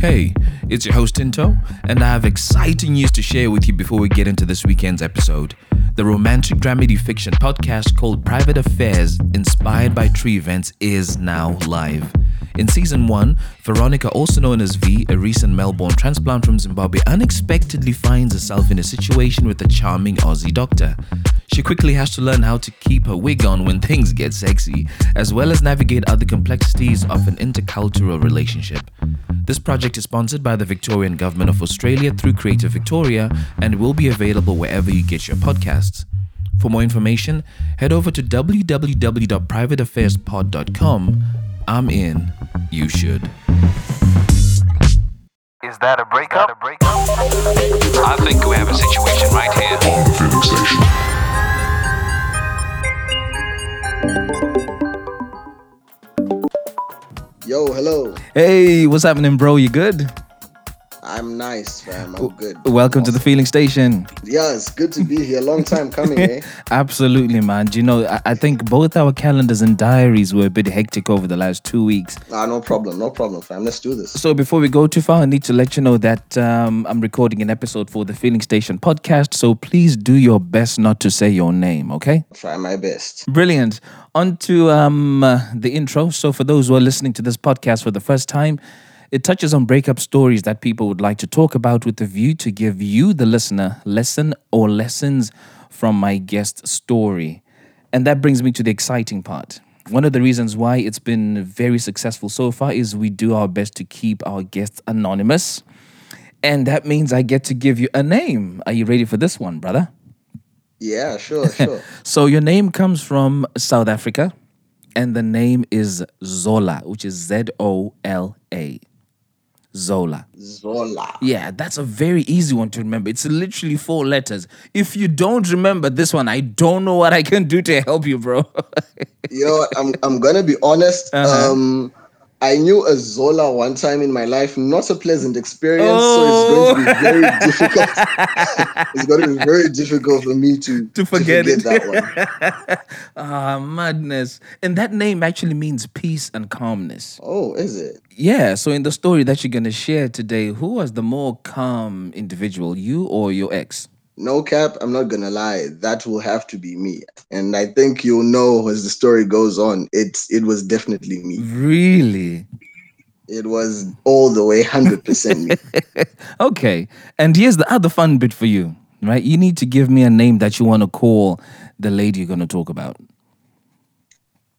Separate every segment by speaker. Speaker 1: Hey, it's your host Tinto, and I have exciting news to share with you before we get into this weekend's episode. The romantic dramedy fiction podcast called Private Affairs, inspired by tree events, is now live. In season one, Veronica, also known as V, a recent Melbourne transplant from Zimbabwe, unexpectedly finds herself in a situation with a charming Aussie doctor. She quickly has to learn how to keep her wig on when things get sexy, as well as navigate other complexities of an intercultural relationship. This project is sponsored by the Victorian Government of Australia through Creative Victoria and will be available wherever you get your podcasts. For more information, head over to www.privateaffairspod.com. I'm in, you should.
Speaker 2: Is that a breakup? A breakup?
Speaker 3: I think we have a situation right here.
Speaker 4: on the filling station.
Speaker 5: Yo, hello.
Speaker 6: Hey, what's happening, bro? You good?
Speaker 5: I'm nice, fam. I'm good.
Speaker 6: Welcome to the Feeling Station.
Speaker 5: Yeah, it's good to be here. Long time coming, eh?
Speaker 6: Absolutely, man. Do you know, I, I think both our calendars and diaries were a bit hectic over the last two weeks.
Speaker 5: Nah, no problem. No problem, fam. Let's do this.
Speaker 6: So before we go too far, I need to let you know that um, I'm recording an episode for the Feeling Station podcast. So please do your best not to say your name, okay?
Speaker 5: Try my best.
Speaker 6: Brilliant. On to um, uh, the intro. So, for those who are listening to this podcast for the first time, it touches on breakup stories that people would like to talk about with a view to give you, the listener, lesson or lessons from my guest story. And that brings me to the exciting part. One of the reasons why it's been very successful so far is we do our best to keep our guests anonymous. And that means I get to give you a name. Are you ready for this one, brother?
Speaker 5: Yeah, sure, sure.
Speaker 6: So your name comes from South Africa, and the name is Zola, which is Z O L A. Zola.
Speaker 5: Zola.
Speaker 6: Yeah, that's a very easy one to remember. It's literally four letters. If you don't remember this one, I don't know what I can do to help you, bro.
Speaker 5: You know, what? I'm I'm gonna be honest.
Speaker 6: Uh-huh.
Speaker 5: Um, I knew a Zola one time in my life. Not a pleasant experience. So
Speaker 6: Oh.
Speaker 5: it's going to be very difficult. it's going to be very difficult for me to
Speaker 6: To forget it.
Speaker 5: that one.
Speaker 6: ah, madness. And that name actually means peace and calmness.
Speaker 5: Oh, is it?
Speaker 6: Yeah, so in the story that you're going to share today, who was the more calm individual, you or your ex?
Speaker 5: No cap, I'm not gonna lie. That will have to be me, and I think you'll know as the story goes on. It's it was definitely me.
Speaker 6: Really?
Speaker 5: It was all the way, hundred percent me.
Speaker 6: Okay. And here's the other fun bit for you, right? You need to give me a name that you want to call the lady you're going to talk about.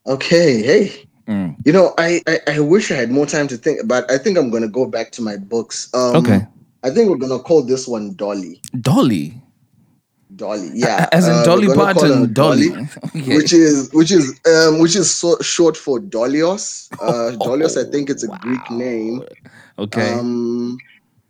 Speaker 5: Okay, hey,
Speaker 6: Mm.
Speaker 5: you know, I, I I wish I had more time to think, but I think I'm gonna go back to my books. Um,
Speaker 6: Okay.
Speaker 5: I think we're gonna call this one Dolly.
Speaker 6: Dolly.
Speaker 5: Dolly, yeah,
Speaker 6: As in
Speaker 5: uh, we're
Speaker 6: Dolly
Speaker 5: gonna call her
Speaker 6: Parton, Dolly. Okay.
Speaker 5: which is which is um which is so, short for Dolios.
Speaker 6: Oh,
Speaker 5: Uh, Dolios, I think it's a Greek name.
Speaker 6: Okay.
Speaker 5: Um,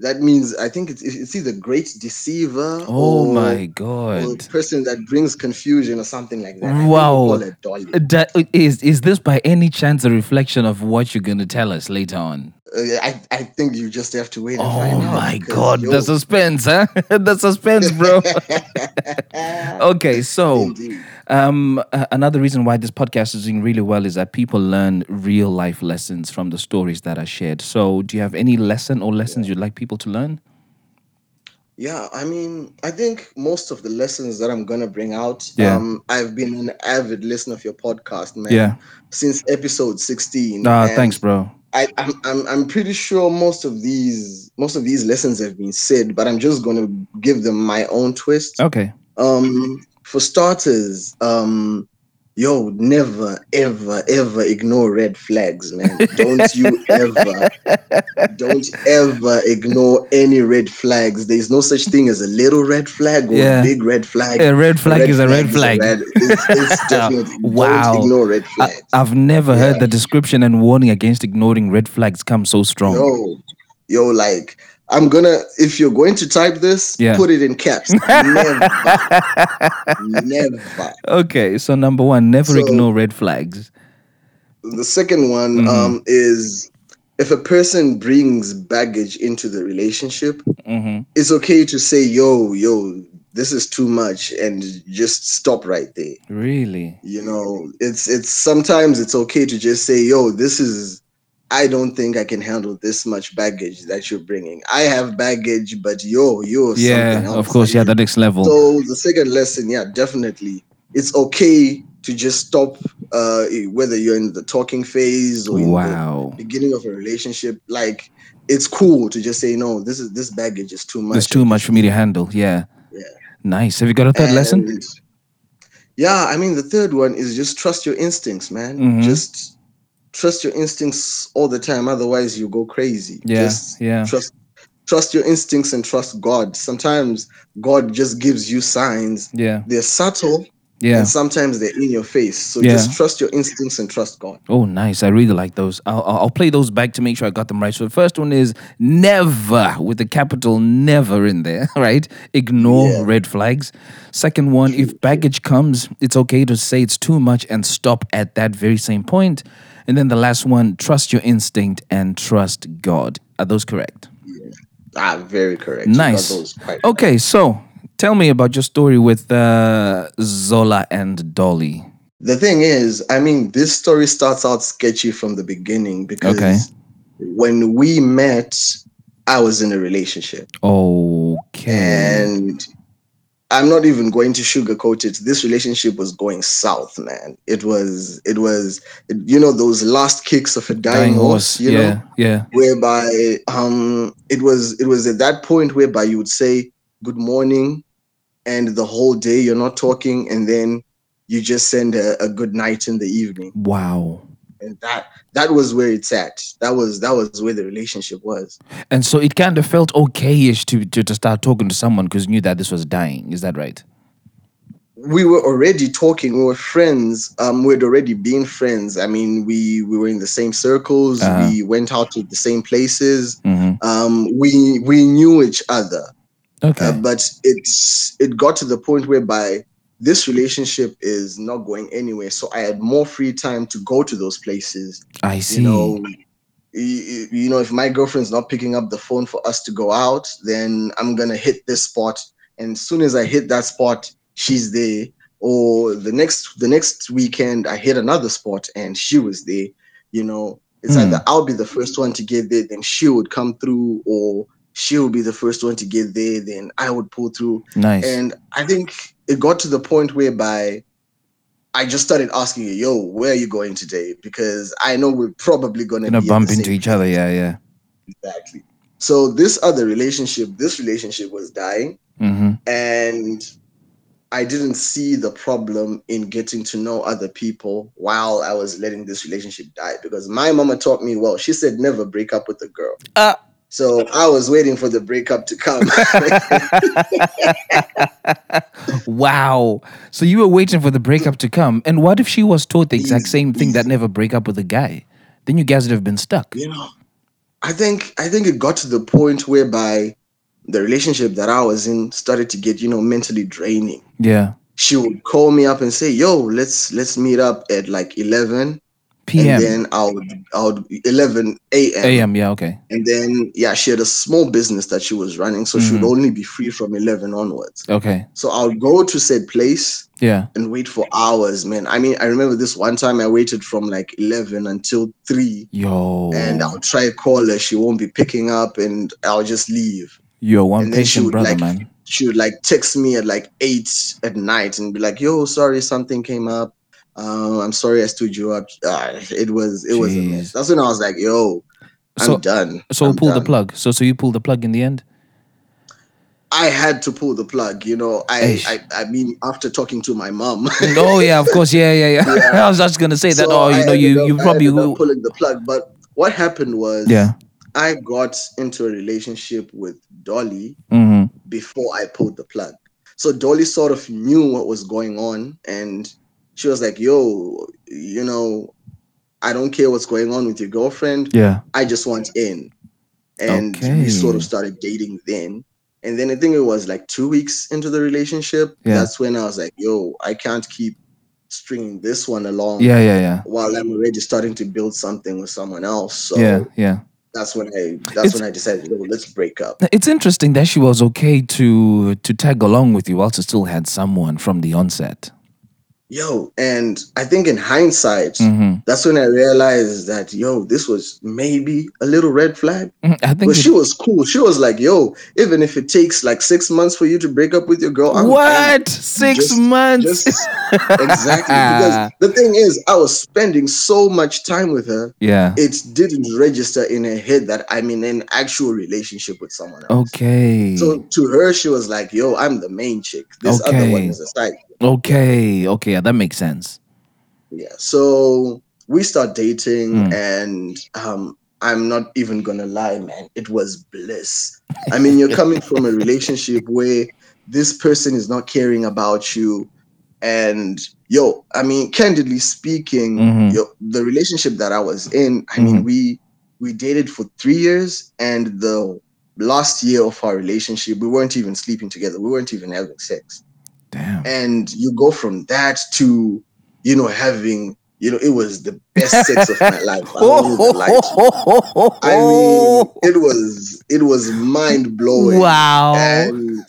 Speaker 5: that means I think it's, it's either great deceiver.
Speaker 6: oh
Speaker 5: or,
Speaker 6: my
Speaker 5: or
Speaker 6: god.
Speaker 5: a person that brings confusion or something like that. I think we
Speaker 6: Wow. Uh,
Speaker 5: call it Dolly.
Speaker 6: Da- is is this by any chance a reflection of what you're going to tell us later on?
Speaker 5: Uh, I, I think you just have to wait. And
Speaker 6: Oh
Speaker 5: find out
Speaker 6: my
Speaker 5: because,
Speaker 6: god,
Speaker 5: yo,
Speaker 6: the suspense, huh? the suspense, bro. okay, so
Speaker 5: Indeed.
Speaker 6: um, a- another reason why this podcast is doing really well is that people learn real life lessons from the stories that are shared. So, do you have any lesson or lessons you'd like people to learn?
Speaker 5: Yeah, I mean, I think most of the lessons that I'm gonna bring out.
Speaker 6: Yeah.
Speaker 5: Um, I've been an avid listener of your podcast, man.
Speaker 6: Yeah.
Speaker 5: Since episode 16.
Speaker 6: Nah,
Speaker 5: and
Speaker 6: Ah, thanks, bro.
Speaker 5: I, I'm, I'm I'm pretty sure most of these most of these lessons have been said, but I'm just gonna give them my own twist.
Speaker 6: Okay.
Speaker 5: Um, for starters, um, yo, never, ever, ever ignore red flags, man. Don't you ever, don't ever ignore any red flags. There's no such thing as a little red flag or
Speaker 6: Yeah.
Speaker 5: a big red flag.
Speaker 6: A red flag is a red
Speaker 5: is
Speaker 6: flag.
Speaker 5: red- it's, it's definitely,
Speaker 6: Wow.
Speaker 5: Don't ignore red
Speaker 6: I,
Speaker 5: flags.
Speaker 6: I've never heard the
Speaker 5: Yeah.
Speaker 6: description and warning against ignoring red flags come so strong.
Speaker 5: yo, yo, like I'm gonna if you're going to type this,
Speaker 6: Yeah.
Speaker 5: put it in caps. Never, never.
Speaker 6: Okay, so number one, never
Speaker 5: So-
Speaker 6: ignore red flags.
Speaker 5: The second one um, is if a person brings baggage into the relationship,
Speaker 6: Mm-hmm.
Speaker 5: it's okay to say, yo, yo, this is too much, and just stop right there.
Speaker 6: Really?
Speaker 5: You know, it's it's sometimes it's okay to just say, yo, this is I don't think I can handle this much baggage that you're bringing. I have baggage, but yo, you're something
Speaker 6: Yeah,
Speaker 5: else.
Speaker 6: of course. Yeah, the next level.
Speaker 5: So the second lesson, yeah, definitely, it's okay to just stop. Uh, whether you're in the talking phase or in the
Speaker 6: wow.
Speaker 5: beginning of a relationship, like it's cool to just say no. This is this baggage is too much.
Speaker 6: It's too much for me to handle. Yeah.
Speaker 5: Yeah.
Speaker 6: Nice. Have you got a third lesson?
Speaker 5: And, Yeah, I mean the third one is just trust your instincts, man.
Speaker 6: Mhm.
Speaker 5: Just trust your instincts all the time. Otherwise, you go crazy.
Speaker 6: Yeah,
Speaker 5: Just
Speaker 6: yeah.
Speaker 5: Trust, trust your instincts and trust God. Sometimes God just gives you signs.
Speaker 6: Yeah.
Speaker 5: They're subtle,
Speaker 6: Yeah.
Speaker 5: and sometimes they're in your face. So
Speaker 6: Yeah.
Speaker 5: just trust your instincts and trust God.
Speaker 6: Oh, nice. I really like those. I'll, I'll I'll play those back to make sure I got them right. So the first one is never with the capital never in there, right? Ignore
Speaker 5: Yeah.
Speaker 6: red flags. Second one, if baggage comes, it's okay to say it's too much and stop at that very same point. And then the last one, trust your instinct and trust God. Are those correct?
Speaker 5: Ah, very correct. You got those
Speaker 6: Nice.
Speaker 5: quite right.
Speaker 6: Okay, so tell me about your story with uh, Zola and Dolly.
Speaker 5: the thing is, I mean, this story starts out sketchy from the beginning because
Speaker 6: Okay.
Speaker 5: when we met, I was in a relationship.
Speaker 6: Okay.
Speaker 5: And I'm not even going to sugarcoat it. This relationship was going south, man. It was, it was, you know, those last kicks of a dying, horse, you
Speaker 6: yeah,
Speaker 5: know,
Speaker 6: yeah.
Speaker 5: whereby um, it was, it was at that point whereby you would say good morning, and the whole day you're not talking, and then you just send a, a good night in the evening
Speaker 6: Wow.
Speaker 5: and that that was where it's at that was that was where the relationship was
Speaker 6: And so it kind of felt okay-ish to to, to start talking to someone because knew that this was dying. Is that right?
Speaker 5: we were already talking we were friends um we'd already been friends i mean we we were in the same circles
Speaker 6: Uh-huh.
Speaker 5: we went out to the same places
Speaker 6: Mm-hmm.
Speaker 5: um we we knew each other
Speaker 6: Okay.
Speaker 5: uh, but it's it got to the point whereby this relationship is not going anywhere so i had more free time to go to those places
Speaker 6: I see.
Speaker 5: you know you, you know if my girlfriend's not picking up the phone for us to go out then i'm gonna hit this spot and as soon as i hit that spot she's there or the next the next weekend i hit another spot and she was there you know it's
Speaker 6: Hmm.
Speaker 5: either i'll be the first one to get there then she would come through or she would be the first one to get there then i would pull through
Speaker 6: nice.
Speaker 5: and I think it got to the point whereby I just started asking you, yo, where are you going today? Because I know we're probably gonna,
Speaker 6: Gonna
Speaker 5: be at
Speaker 6: bump
Speaker 5: the same
Speaker 6: into each other. Yeah, yeah.
Speaker 5: exactly. So this other relationship, this relationship was dying,
Speaker 6: Mm-hmm.
Speaker 5: and I didn't see the problem in getting to know other people while I was letting this relationship die. Because my mama taught me well, she said never break up with a girl.
Speaker 6: Ah.
Speaker 5: so I was waiting for the breakup to come.
Speaker 6: Wow. So you were waiting for the breakup to come, and what if she was taught the exact
Speaker 5: Please,
Speaker 6: same thing that
Speaker 5: please.
Speaker 6: never break up with a guy? Then you guys would have been stuck.
Speaker 5: you know i think i think it got to the point whereby the relationship that i was in started to get you know mentally draining
Speaker 6: Yeah.
Speaker 5: she would call me up and say yo let's let's meet up at like 11 and
Speaker 6: PM.
Speaker 5: then i would i would 11 a.m
Speaker 6: AM. Yeah. Okay.
Speaker 5: and then yeah she had a small business that she was running so she would only be free from 11 onwards
Speaker 6: Okay.
Speaker 5: so i would go to said place
Speaker 6: Yeah.
Speaker 5: and wait for hours man i mean i remember this one time i waited from like 11 until 3
Speaker 6: Yo.
Speaker 5: and uh, I'll try call her. She won't be picking up, and I'll just leave.
Speaker 6: Yo, one
Speaker 5: and then she
Speaker 6: patient
Speaker 5: would,
Speaker 6: brother,
Speaker 5: like,
Speaker 6: man.
Speaker 5: She would like text me at like eight at night and be like, "Yo, sorry, something came up. Um, I'm sorry, I stood you up. Ah, it was it was a
Speaker 6: Jeez.
Speaker 5: mess." That's when I was like, "Yo, I'm
Speaker 6: So-
Speaker 5: done."
Speaker 6: So
Speaker 5: I'm
Speaker 6: pull the
Speaker 5: done."
Speaker 6: plug. So so you pull the plug in the end.
Speaker 5: I had to pull the plug. You know, I
Speaker 6: Eish.
Speaker 5: I, I mean, after talking to my mom.
Speaker 6: oh yeah, of course, yeah, yeah, yeah. I was just gonna say that.
Speaker 5: so
Speaker 6: oh, you
Speaker 5: I
Speaker 6: know,
Speaker 5: ended
Speaker 6: you
Speaker 5: up-
Speaker 6: you
Speaker 5: I
Speaker 6: probably
Speaker 5: ended up pulling the plug. But what happened was,
Speaker 6: yeah.
Speaker 5: I got into a relationship with Dolly.
Speaker 6: Mm-hmm.
Speaker 5: before I pulled the plug. So Dolly sort of knew what was going on and she was like, yo, you know, I don't care what's going on with your girlfriend.
Speaker 6: Yeah.
Speaker 5: I just want in. And
Speaker 6: Okay.
Speaker 5: we sort of started dating then. And then I think it was like two weeks into the relationship.
Speaker 6: Yeah.
Speaker 5: That's when I was like, yo, I can't keep stringing this one along
Speaker 6: Yeah, yeah, yeah.
Speaker 5: while I'm already starting to build something with someone else. So
Speaker 6: Yeah, yeah.
Speaker 5: that's when I that's
Speaker 6: It's-
Speaker 5: when I decided, oh, let's break up.
Speaker 6: It's interesting that she was okay to to tag along with you whilst you still had someone from the onset.
Speaker 5: yo and i think in hindsight
Speaker 6: Mm-hmm.
Speaker 5: that's when i realized that yo this was maybe a little red flag
Speaker 6: Mhm. I think
Speaker 5: but
Speaker 6: it-
Speaker 5: she was cool she was like yo even if it takes like six months for you to break up with your girl I'm fine."
Speaker 6: what six
Speaker 5: Just-
Speaker 6: months?
Speaker 5: Just, exactly because the thing is i was spending so much time with her
Speaker 6: yeah.
Speaker 5: it didn't register in her head that i'm in an actual relationship with someone else
Speaker 6: Okay.
Speaker 5: So to her, she was like, "Yo, I'm the main chick. This other one
Speaker 6: Okay.
Speaker 5: is a side."
Speaker 6: okay. Okay. Yeah, that makes sense.
Speaker 5: Yeah. So we start dating,
Speaker 6: Mm.
Speaker 5: and um, I'm not even gonna lie, man. It was bliss. I mean, you're coming from a relationship where this person is not caring about you, and yo, I mean, candidly speaking,
Speaker 6: Mhm.
Speaker 5: yo, the relationship that I was in, I mean, we we dated for three years, and the last year of our relationship, we weren't even sleeping together. We weren't even having sex
Speaker 6: Damn.
Speaker 5: and you go from that to you know having you know it was the best sex of my life I, won't even lie to you. I mean it was it was mind blowing
Speaker 6: wow.
Speaker 5: and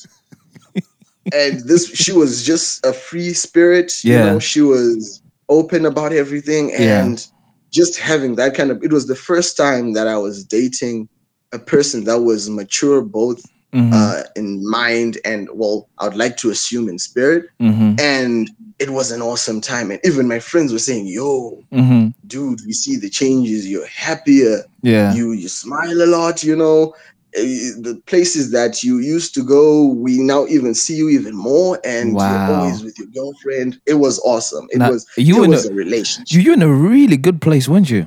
Speaker 5: and this she was just a free spirit
Speaker 6: Yeah.
Speaker 5: you know she was open about everything
Speaker 6: Yeah.
Speaker 5: and just having that kind of it was the first time that I was dating a person that was mature both
Speaker 6: Mhm,
Speaker 5: uh, in mind and well I would like to assume in spirit
Speaker 6: mhm,
Speaker 5: and it was an awesome time. And even my friends were saying, "Yo,
Speaker 6: mhm.
Speaker 5: dude, we see the changes. You're happier.
Speaker 6: Yeah.
Speaker 5: You you smile a lot. You know, Eh, the places that you used to go, we now even see you even more. And
Speaker 6: Wow.
Speaker 5: you're always with your girlfriend. It was awesome. It
Speaker 6: Now,
Speaker 5: was
Speaker 6: you
Speaker 5: it
Speaker 6: in
Speaker 5: was
Speaker 6: a-
Speaker 5: a relationship.
Speaker 6: you, you're in a really good place, weren't you?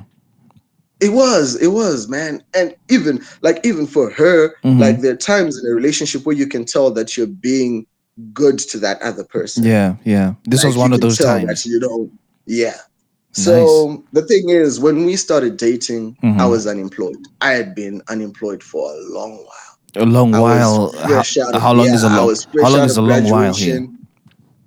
Speaker 5: It was, it was, man. And even like even for her,
Speaker 6: Mhm.
Speaker 5: like there are times in a relationship where you can tell that you're being good to that other person.
Speaker 6: Yeah, yeah. This was
Speaker 5: Like,
Speaker 6: one
Speaker 5: you
Speaker 6: of
Speaker 5: can
Speaker 6: those
Speaker 5: tell that,
Speaker 6: times.
Speaker 5: you know, yeah. So the thing is, when we started dating, I
Speaker 6: Mhm.
Speaker 5: was unemployed. I had been unemployed for a long while.
Speaker 6: A long
Speaker 5: I
Speaker 6: while.
Speaker 5: was
Speaker 6: How,
Speaker 5: fresh out of-
Speaker 6: how long
Speaker 5: yeah,
Speaker 6: is a
Speaker 5: I
Speaker 6: long?
Speaker 5: was fresh
Speaker 6: How long
Speaker 5: out
Speaker 6: is a
Speaker 5: of
Speaker 6: long while here?
Speaker 5: graduation.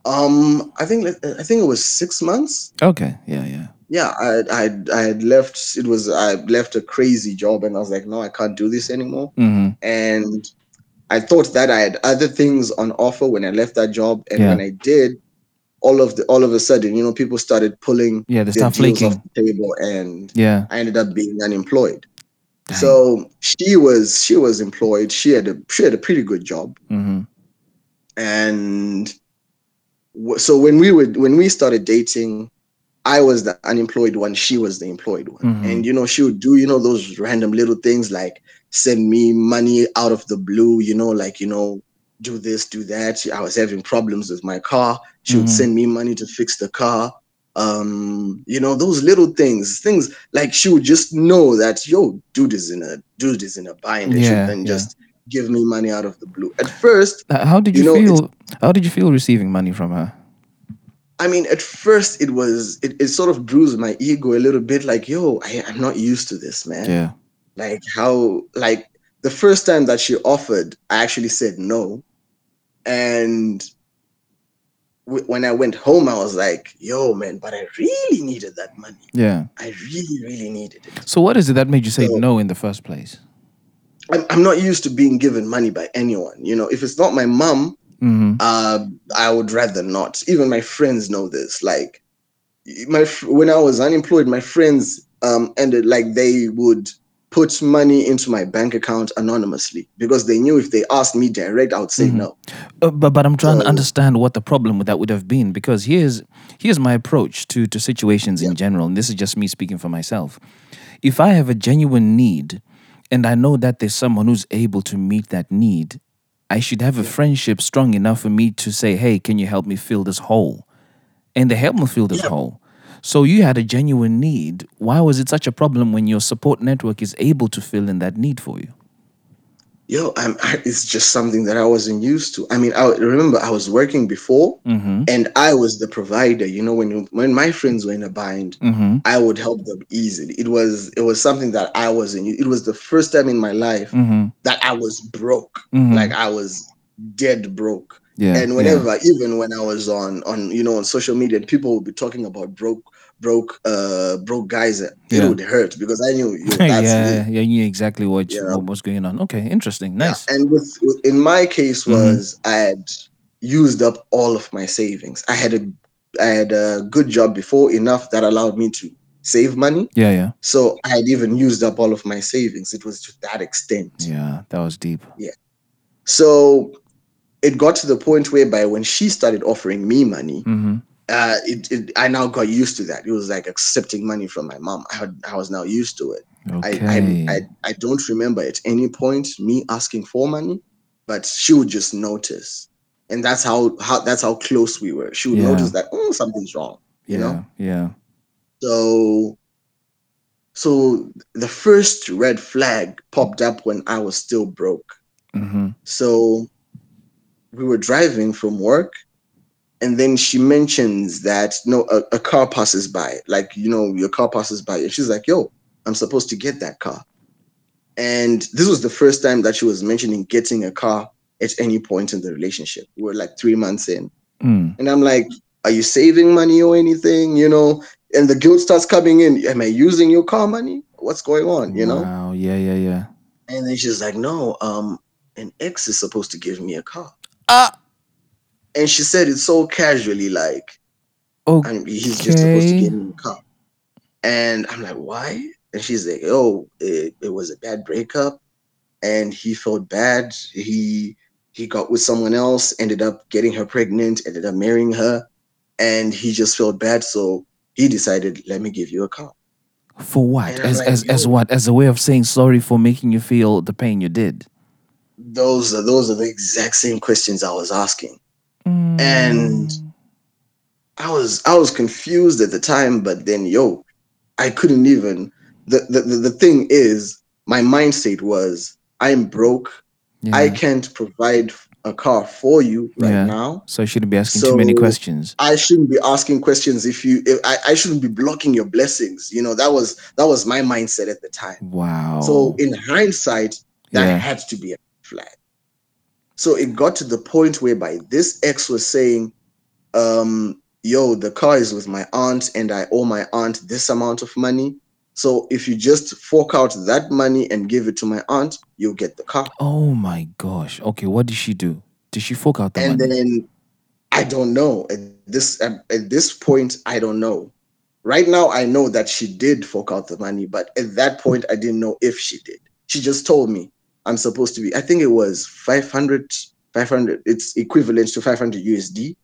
Speaker 5: Um, I think I think it was six months.
Speaker 6: Okay. Yeah, yeah.
Speaker 5: Yeah, I I I had left. It was I left a crazy job, and I was like, no, I can't do this anymore.
Speaker 6: hmm
Speaker 5: And I thought that I had other things on offer when I left that job, and
Speaker 6: Yeah.
Speaker 5: when I did, all of the all of a sudden, you know, people started pulling
Speaker 6: Yeah, they
Speaker 5: their
Speaker 6: start
Speaker 5: deals off
Speaker 6: flaking.
Speaker 5: the table, and
Speaker 6: Yeah.
Speaker 5: I ended up being unemployed.
Speaker 6: Dang.
Speaker 5: So she was she was employed. She had a she had a pretty good job,
Speaker 6: hmm
Speaker 5: and w- so when we were when we started dating, I was the unemployed one. She was the employed one,
Speaker 6: Mhm.
Speaker 5: and you know she would do you know those random little things like send me money out of the blue. You know, like you know do this, do that. I was having problems with my car. She would
Speaker 6: Mhm.
Speaker 5: send me money to fix the car. Um, you know those little things, things like she would just know that yo, dude is in a dude is in a bind, and she
Speaker 6: Yeah,
Speaker 5: would then
Speaker 6: yeah.
Speaker 5: just give me money out of the blue. At first,
Speaker 6: Uh, How did you,
Speaker 5: You know, it's-
Speaker 6: feel? How did you feel receiving money from her?
Speaker 5: I mean, at first it was it, it sort of bruised my ego a little bit, like, yo, I, I'm not used to this, man.
Speaker 6: Yeah.
Speaker 5: Like how like the first time that she offered, I actually said no. And w- when I went home, I was like, yo, man, but I really needed that money.
Speaker 6: Yeah.
Speaker 5: I really, really needed it.
Speaker 6: So what is it that made you say
Speaker 5: So-
Speaker 6: no in the first place?
Speaker 5: I'm, I'm not used to being given money by anyone. You know, if it's not my mom,
Speaker 6: hmm
Speaker 5: uh, I would rather not. Even my friends know this. Like, my fr- when I was unemployed, my friends um ended like they would put money into my bank account anonymously because they knew if they asked me direct, I would say
Speaker 6: Mhm.
Speaker 5: no.
Speaker 6: Uh, but but I'm trying to
Speaker 5: So-
Speaker 6: understand what the problem with that would have been because here's here's my approach to to situations in general, and this is just me speaking for myself. If I have a genuine need, and I know that there's someone who's able to meet that need, I should have a friendship strong enough for me to say, "Hey, can you help me fill this hole?" And they helped me fill this hole. So you had a genuine need. Why was it such a problem when your support network is able to fill in that need for you?
Speaker 5: Yo, I'm, I, it's just something that I wasn't used to. I mean, I remember I was working before,
Speaker 6: Mm-hmm.
Speaker 5: and I was the provider. You know, when when my friends were in a bind,
Speaker 6: Mm-hmm.
Speaker 5: I would help them easily. It was it was something that I wasn't. u- It was the first time in my life
Speaker 6: Mm-hmm.
Speaker 5: that I was broke.
Speaker 6: Mhm.
Speaker 5: Like I was dead broke.
Speaker 6: Yeah.
Speaker 5: and
Speaker 6: yeah.
Speaker 5: whenever even when i was on on you know on social media and people would be talking about broke broke uh broke guys it
Speaker 6: Yeah.
Speaker 5: would hurt because i knew you
Speaker 6: yeah,
Speaker 5: that's me
Speaker 6: yeah, you knew exactly what, you-
Speaker 5: Yeah.
Speaker 6: what was going on. Okay, interesting. Nice.
Speaker 5: and with, with in my case
Speaker 6: Mhm.
Speaker 5: was i had used up all of my savings i had a I had a good job before, enough that allowed me to save money.
Speaker 6: Yeah, yeah.
Speaker 5: So I had even used up all of my savings. It was to that extent.
Speaker 6: Yeah, that was deep.
Speaker 5: So it got to the point whereby when she started offering me money,
Speaker 6: Mm-hmm.
Speaker 5: uh, it, it, I now got used to that. It was like accepting money from my mom. I, had, I was now used to it.
Speaker 6: Okay.
Speaker 5: I, I, I, I don't remember at any point me asking for money, but she would just notice. And that's how, how that's how close we were. She would
Speaker 6: Yeah.
Speaker 5: notice that oh something's wrong.
Speaker 6: yeah,
Speaker 5: you know?
Speaker 6: yeah.
Speaker 5: So so the first red flag popped up when I was still broke.
Speaker 6: Mm-hmm.
Speaker 5: So we were driving from work, and then she mentions that no, a, a car passes by, like you know, your car passes by, and she's like, "Yo, I'm supposed to get that car." And this was the first time that she was mentioning getting a car at any point in the relationship. We were like three months in,
Speaker 6: Mm.
Speaker 5: and I'm like, "Are you saving money or anything?" You know, and the guilt starts coming in. Am I using your car money? What's going on? You know?
Speaker 6: Wow. Yeah, yeah, yeah.
Speaker 5: And then she's like, "No, um, an ex is supposed to give me a car."
Speaker 6: Ah.
Speaker 5: and she said it so casually, like,
Speaker 6: Oh.
Speaker 5: I mean, he's just supposed to
Speaker 6: Okay.
Speaker 5: get in the car. And I'm like, why? And she's like, oh, it, it was a bad breakup, and he felt bad. He he got with someone else, ended up getting her pregnant, ended up marrying her, and he just felt bad, so he decided, let me give you a car.
Speaker 6: For what?
Speaker 5: And I'm
Speaker 6: As
Speaker 5: like,
Speaker 6: as as
Speaker 5: yo.
Speaker 6: what? As a way of saying sorry for making you feel the pain you did.
Speaker 5: Those are those are the exact same questions I was asking. And-
Speaker 6: Mm.
Speaker 5: I was I was confused at the time, but then yo, I couldn't even. The the, the, the thing is, my mindset was I'm broke.
Speaker 6: Mm. yeah.
Speaker 5: I can't provide a car for you right
Speaker 6: Yeah.
Speaker 5: now.
Speaker 6: so I shouldn't be asking too many
Speaker 5: So-
Speaker 6: questions.
Speaker 5: I shouldn't be asking questions if you. If, I I shouldn't be blocking your blessings. You know that was that was my mindset at the time.
Speaker 6: Wow.
Speaker 5: So in hindsight, that
Speaker 6: yeah.
Speaker 5: had to be a flag. So it got to the point whereby this ex was saying, um, yo, the car is with my aunt and I owe my aunt this amount of money. So if you just fork out that money and give it to my aunt, you'll get the car.
Speaker 6: Oh my gosh. Okay, what did she do? Did she fork out the
Speaker 5: and
Speaker 6: money?
Speaker 5: then I don't know. At this at, at this point, I don't know. Right now, I know that she did fork out the money, but at that point, I didn't know if she did. She just told me I'm supposed to be. I think it was 500, 500. It's equivalent to 500 USD,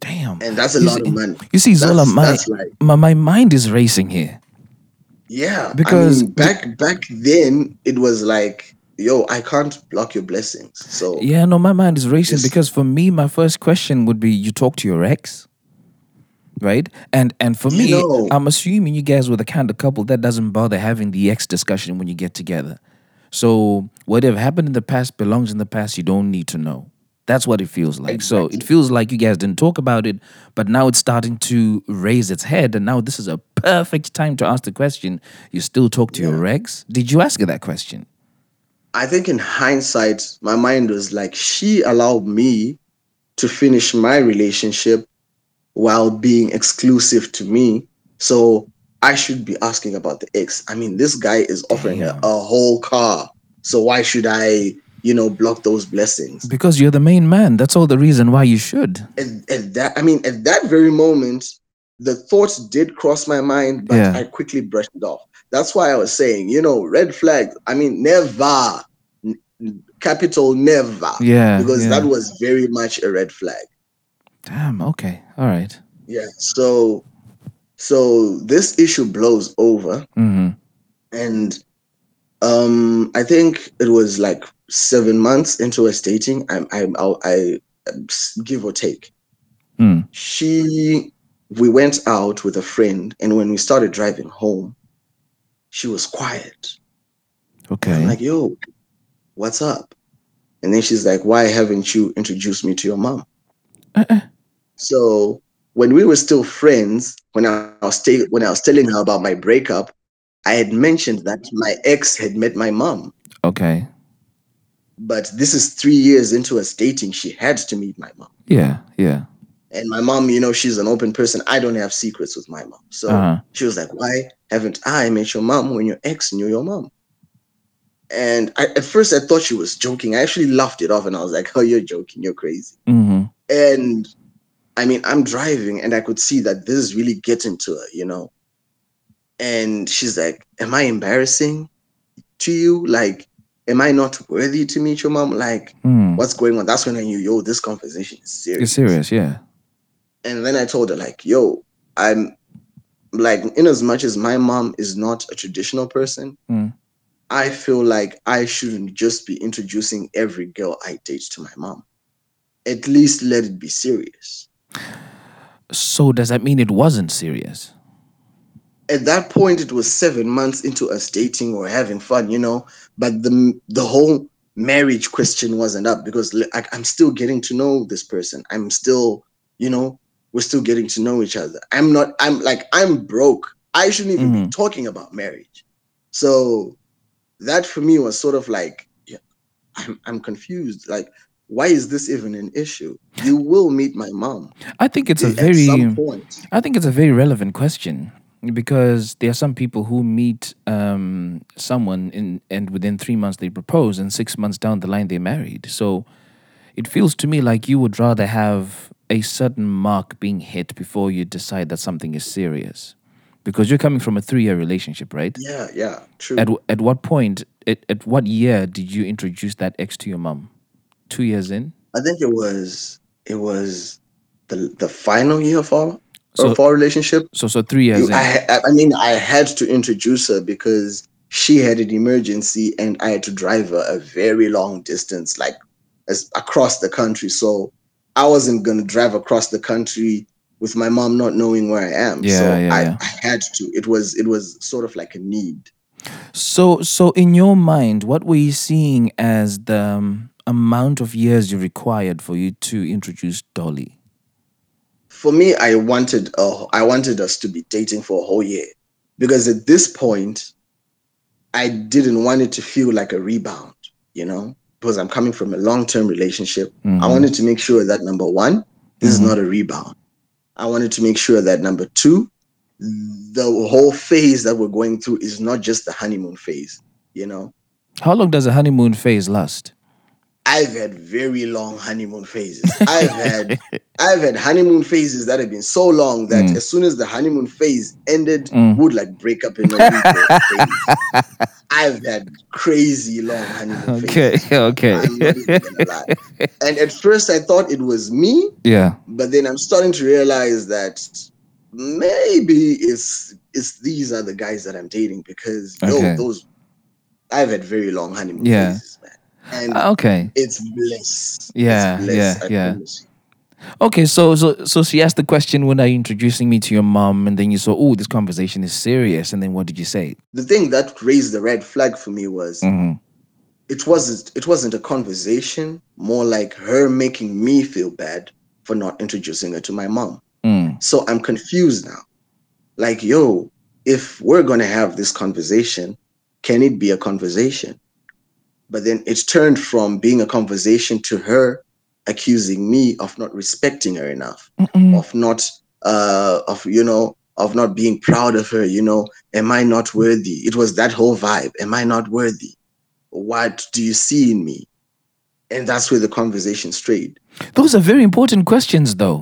Speaker 6: Damn.
Speaker 5: and that's a
Speaker 6: You
Speaker 5: lot
Speaker 6: see-
Speaker 5: of money.
Speaker 6: You see, Zola,
Speaker 5: That's,
Speaker 6: my,
Speaker 5: that's like
Speaker 6: my my mind is racing here.
Speaker 5: yeah.
Speaker 6: Because-
Speaker 5: I mean, back back then, it was like yo, I can't block your blessings. So
Speaker 6: Yeah, no, my mind is racing
Speaker 5: Yes.
Speaker 6: because for me, my first question would be: You talk to your ex, right? And and for
Speaker 5: You
Speaker 6: me,
Speaker 5: know-
Speaker 6: I'm assuming you guys were the kind of couple that doesn't bother having the ex discussion when you get together. So whatever happened in the past belongs in the past. You don't need to know. That's what it feels like. So it feels like you guys didn't talk about it, but now it's starting to raise its head, and now this is a perfect time to ask the question. You still talk to your ex? Did you ask her that question?
Speaker 5: I think in hindsight, my mind was like, she allowed me to finish my relationship while being exclusive to me. So I should be asking about the ex. I mean, this guy is offering her
Speaker 6: Damn.
Speaker 5: a whole car. So why should I, you know, block those blessings?
Speaker 6: Because you're the main man. That's all the reason why you should.
Speaker 5: At, at that, I mean, at that very moment, the thought did cross my mind, but
Speaker 6: Yeah.
Speaker 5: I quickly brushed it off. That's why I was saying, you know, red flags. I mean, never, N- n- capital never.
Speaker 6: Yeah.
Speaker 5: because
Speaker 6: yeah.
Speaker 5: that was very much a red flag.
Speaker 6: Damn. Okay. All right.
Speaker 5: Yeah. So so this issue blows over
Speaker 6: Mm-hmm.
Speaker 5: and um I think it was like 7 months into us dating I I I, I give or take.
Speaker 6: Hmm.
Speaker 5: She we went out with a friend and when we started driving home she was quiet.
Speaker 6: Okay.
Speaker 5: I'm like, "Yo, what's up?" And then she's like, "Why haven't you introduced me to your mom?"
Speaker 6: Uh-uh.
Speaker 5: So when we were still friends, when I was ta- when I was telling her about my breakup, I had mentioned that my ex had met my mom.
Speaker 6: Okay.
Speaker 5: But this is three years into us dating. She had to meet my mom,
Speaker 6: Yeah. Yeah.
Speaker 5: and my mom, you know, she's an open person. I don't have secrets with my mom, so
Speaker 6: Uh-huh.
Speaker 5: she was like, "Why haven't I met your mom when your ex knew your mom?" And I, at first, I thought she was joking. I actually laughed it off, and I was like, "Oh, you're joking. You're crazy."
Speaker 6: Mm-hmm.
Speaker 5: And I mean, I'm driving and I could see that this is really getting to her, you know. And she's like, Am I embarrassing to you? Like, am I not worthy to meet your mom? Like,
Speaker 6: Hmm.
Speaker 5: what's going on? That's when I knew, yo, this conversation is serious.
Speaker 6: You're serious, yeah.
Speaker 5: And then I told her, like, yo, I'm like, in as much as my mom is not a traditional person,
Speaker 6: Mm.
Speaker 5: I feel like I shouldn't just be introducing every girl I date to my mom. At least let it be serious.
Speaker 6: So does that mean it wasn't serious?
Speaker 5: at that point it was seven months into us dating or having fun you know but the the whole marriage question wasn't up because li- I, i'm still getting to know this person i'm still you know we're still getting to know each other i'm not i'm like i'm broke i shouldn't even be
Speaker 6: Mhm.
Speaker 5: talking about marriage so that for me was sort of like yeah, I'm, I'm confused like why is this even an issue you will meet my mom
Speaker 6: I think it's a
Speaker 5: at
Speaker 6: very
Speaker 5: some point
Speaker 6: I think it's a very relevant question because there are some people who meet um, someone in, and within three months they propose, and six months down the line they're married. So it feels to me like you would rather have a certain mark being hit before you decide that something is serious because you're coming from a three year relationship, right?
Speaker 5: yeah yeah true
Speaker 6: At, w- at what point, at, at what year did you introduce that ex to your mom? Two years in?
Speaker 5: I think it was it was the the final year of our
Speaker 6: So-
Speaker 5: of our relationship.
Speaker 6: So, so three years
Speaker 5: You- I
Speaker 6: in.
Speaker 5: ha- I I mean I had to introduce her because she had an emergency and I had to drive her a very long distance, like as across the country. So I wasn't gonna drive across the country with my mom not knowing where I am. so
Speaker 6: Yeah, yeah,
Speaker 5: I,
Speaker 6: yeah.
Speaker 5: I had to. It was it was sort of like a need.
Speaker 6: So, so in your mind, what were you seeing as the um, amount of years you required for you to introduce Dolly?
Speaker 5: for me, I wanted uh, I wanted us to be dating for a whole year because at this point, I didn't want it to feel like a rebound, you know, because I'm coming from a long term relationship. I
Speaker 6: Mhm.
Speaker 5: wanted to make sure that number one, this
Speaker 6: Mhm.
Speaker 5: is not a rebound. I wanted to make sure that number two, the whole phase that we're going through is not just the honeymoon phase, you know.
Speaker 6: How long does a honeymoon phase last?
Speaker 5: I've had very long honeymoon phases. I've had I've had honeymoon phases that have been so long that
Speaker 6: Mm.
Speaker 5: as soon as the honeymoon phase ended,
Speaker 6: Mm.
Speaker 5: would like break up in a week or phase. I've had crazy long honeymoon
Speaker 6: Okay,
Speaker 5: phases. I'm not
Speaker 6: okay,
Speaker 5: even gonna lie. And at first I thought it was me,
Speaker 6: yeah.
Speaker 5: but then I'm starting to realize that maybe it's it's these are the guys that I'm dating because
Speaker 6: Okay.
Speaker 5: yo, those I've had very long honeymoon
Speaker 6: Yeah.
Speaker 5: phases, man. And
Speaker 6: Ah, Okay,
Speaker 5: it's bliss.
Speaker 6: Yeah,
Speaker 5: it's bliss,
Speaker 6: yeah, yeah.
Speaker 5: promise you.
Speaker 6: okay. So, so, so she asked the question, "When are you introducing me to your mom?" And then you saw, "Oh, this conversation is serious." And then what did you say?
Speaker 5: The thing that raised the red flag for me was
Speaker 6: hmm
Speaker 5: it wasn't it wasn't a conversation, more like her making me feel bad for not introducing her to my mom.
Speaker 6: Mm.
Speaker 5: So I'm confused now. Like, yo, if we're gonna have this conversation, can it be a conversation? But then it's turned from being a conversation to her accusing me of not respecting her enough.
Speaker 6: Mm-mm.
Speaker 5: of not uh of you know of not being proud of her you know am i not worthy it was that whole vibe am i not worthy what do you see in me and that's where the conversation strayed
Speaker 6: Those are very important questions, though.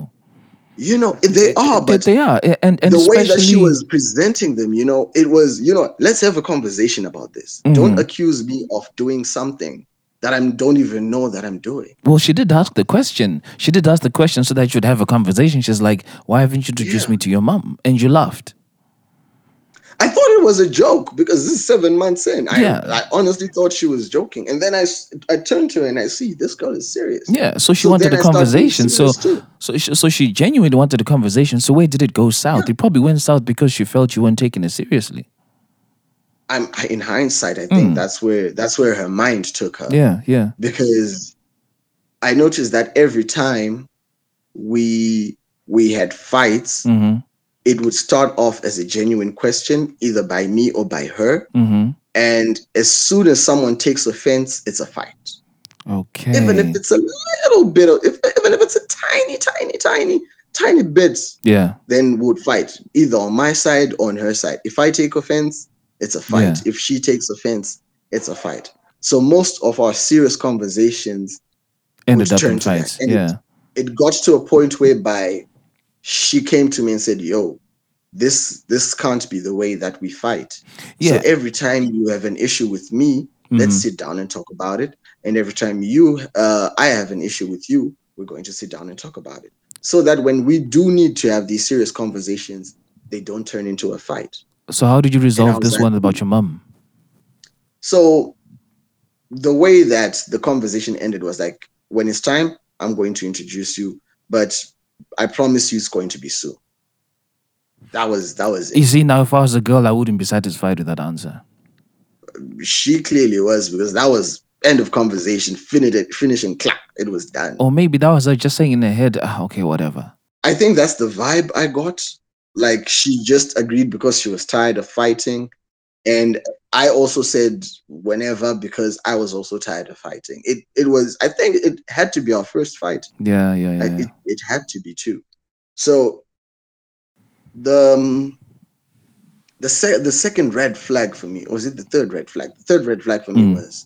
Speaker 5: you know they
Speaker 6: That
Speaker 5: are Oh, but
Speaker 6: they are, a- and and
Speaker 5: the way that she
Speaker 6: especially-
Speaker 5: was presenting them you know it was you know let's have a conversation about this don't
Speaker 6: Mhm.
Speaker 5: accuse me of doing something that i don't even know that i'm doing
Speaker 6: Well, she did ask the question. She did ask the question so that you'd have a conversation. She's like, "Why haven't you introduced
Speaker 5: Yeah.
Speaker 6: me to your mom?" And you laughed.
Speaker 5: I thought it was a joke because this is seven months in. I,
Speaker 6: Yeah.
Speaker 5: I honestly thought she was joking. And then I, s- I turned to her and I see this girl is serious.
Speaker 6: Yeah, so she
Speaker 5: So
Speaker 6: wanted
Speaker 5: then
Speaker 6: a
Speaker 5: I started being
Speaker 6: conversation. So,
Speaker 5: serious too.
Speaker 6: so, she, so she genuinely wanted a conversation. So where did it go south? It probably went south because she felt you weren't taking it seriously.
Speaker 5: I'm I- in hindsight, I think that's where that's where her mind took her.
Speaker 6: Mm. Yeah, yeah.
Speaker 5: Because I noticed that every time we we had fights,
Speaker 6: Mm-hmm.
Speaker 5: it would start off as a genuine question, either by me or by her.
Speaker 6: Mm-hmm.
Speaker 5: And as soon as someone takes offense, it's a fight.
Speaker 6: Okay.
Speaker 5: even if it's a little bit of if, even if it's a tiny tiny tiny tiny bit
Speaker 6: yeah,
Speaker 5: then we'd fight either on my side or on her side if i take offense it's a fight
Speaker 6: Yeah.
Speaker 5: if she takes offense it's a fight so most of our serious conversations
Speaker 6: ended
Speaker 5: would
Speaker 6: up
Speaker 5: turn
Speaker 6: in
Speaker 5: to that
Speaker 6: fights.
Speaker 5: and it-
Speaker 6: Yeah.
Speaker 5: it got to a point whereby she came to me and said, "Yo, this this can't be the way that we fight.
Speaker 6: Yeah.
Speaker 5: So every time you have an issue with me,
Speaker 6: Mm-hmm.
Speaker 5: let's sit down and talk about it. And every time you, uh, I have an issue with you, we're going to sit down and talk about it. So that when we do need to have these serious conversations, they don't turn into a fight.
Speaker 6: So how did you resolve this
Speaker 5: like-
Speaker 6: one about your mum?
Speaker 5: So the way that the conversation ended was like, when it's time, I'm going to introduce you, but I promise you, it's going to be soon. That was that was it.
Speaker 6: You see, now if I was a girl, I wouldn't be satisfied with that answer.
Speaker 5: she clearly was because that was end of conversation. Finish it, finish and clap. It was done.
Speaker 6: Or maybe that was her just saying in her head, "Ah, okay, whatever.
Speaker 5: I think that's the vibe I got. Like she just agreed because she was tired of fighting. And I also said whenever because I was also tired of fighting. It it was I think it had to be our first fight.
Speaker 6: Yeah, yeah, yeah.
Speaker 5: Like,
Speaker 6: yeah.
Speaker 5: It, it had to be too. So the um, the se- the second red flag for me, or was it the third red flag? The third red flag for me
Speaker 6: Mm.
Speaker 5: was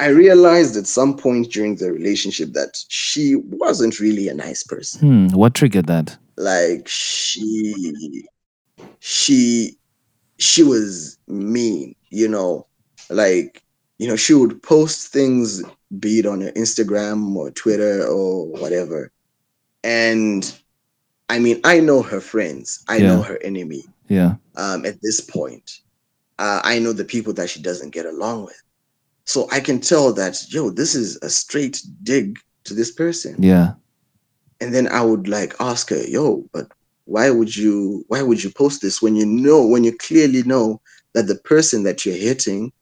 Speaker 5: I realized at some point during the relationship that she wasn't really a nice person
Speaker 6: Hmm, what triggered that?
Speaker 5: like she she she was mean you know like you know she would post things be it on her instagram or twitter or whatever and i mean i know her friends i know
Speaker 6: Yeah.
Speaker 5: her enemy
Speaker 6: Yeah.
Speaker 5: um, at this point. Uh, I know the people that she doesn't get along with. So I can tell that, yo, this is a straight dig to this person.
Speaker 6: Yeah.
Speaker 5: And then I would like ask her, yo, but why would you why would you post this when you know when you clearly know that the person that you're hitting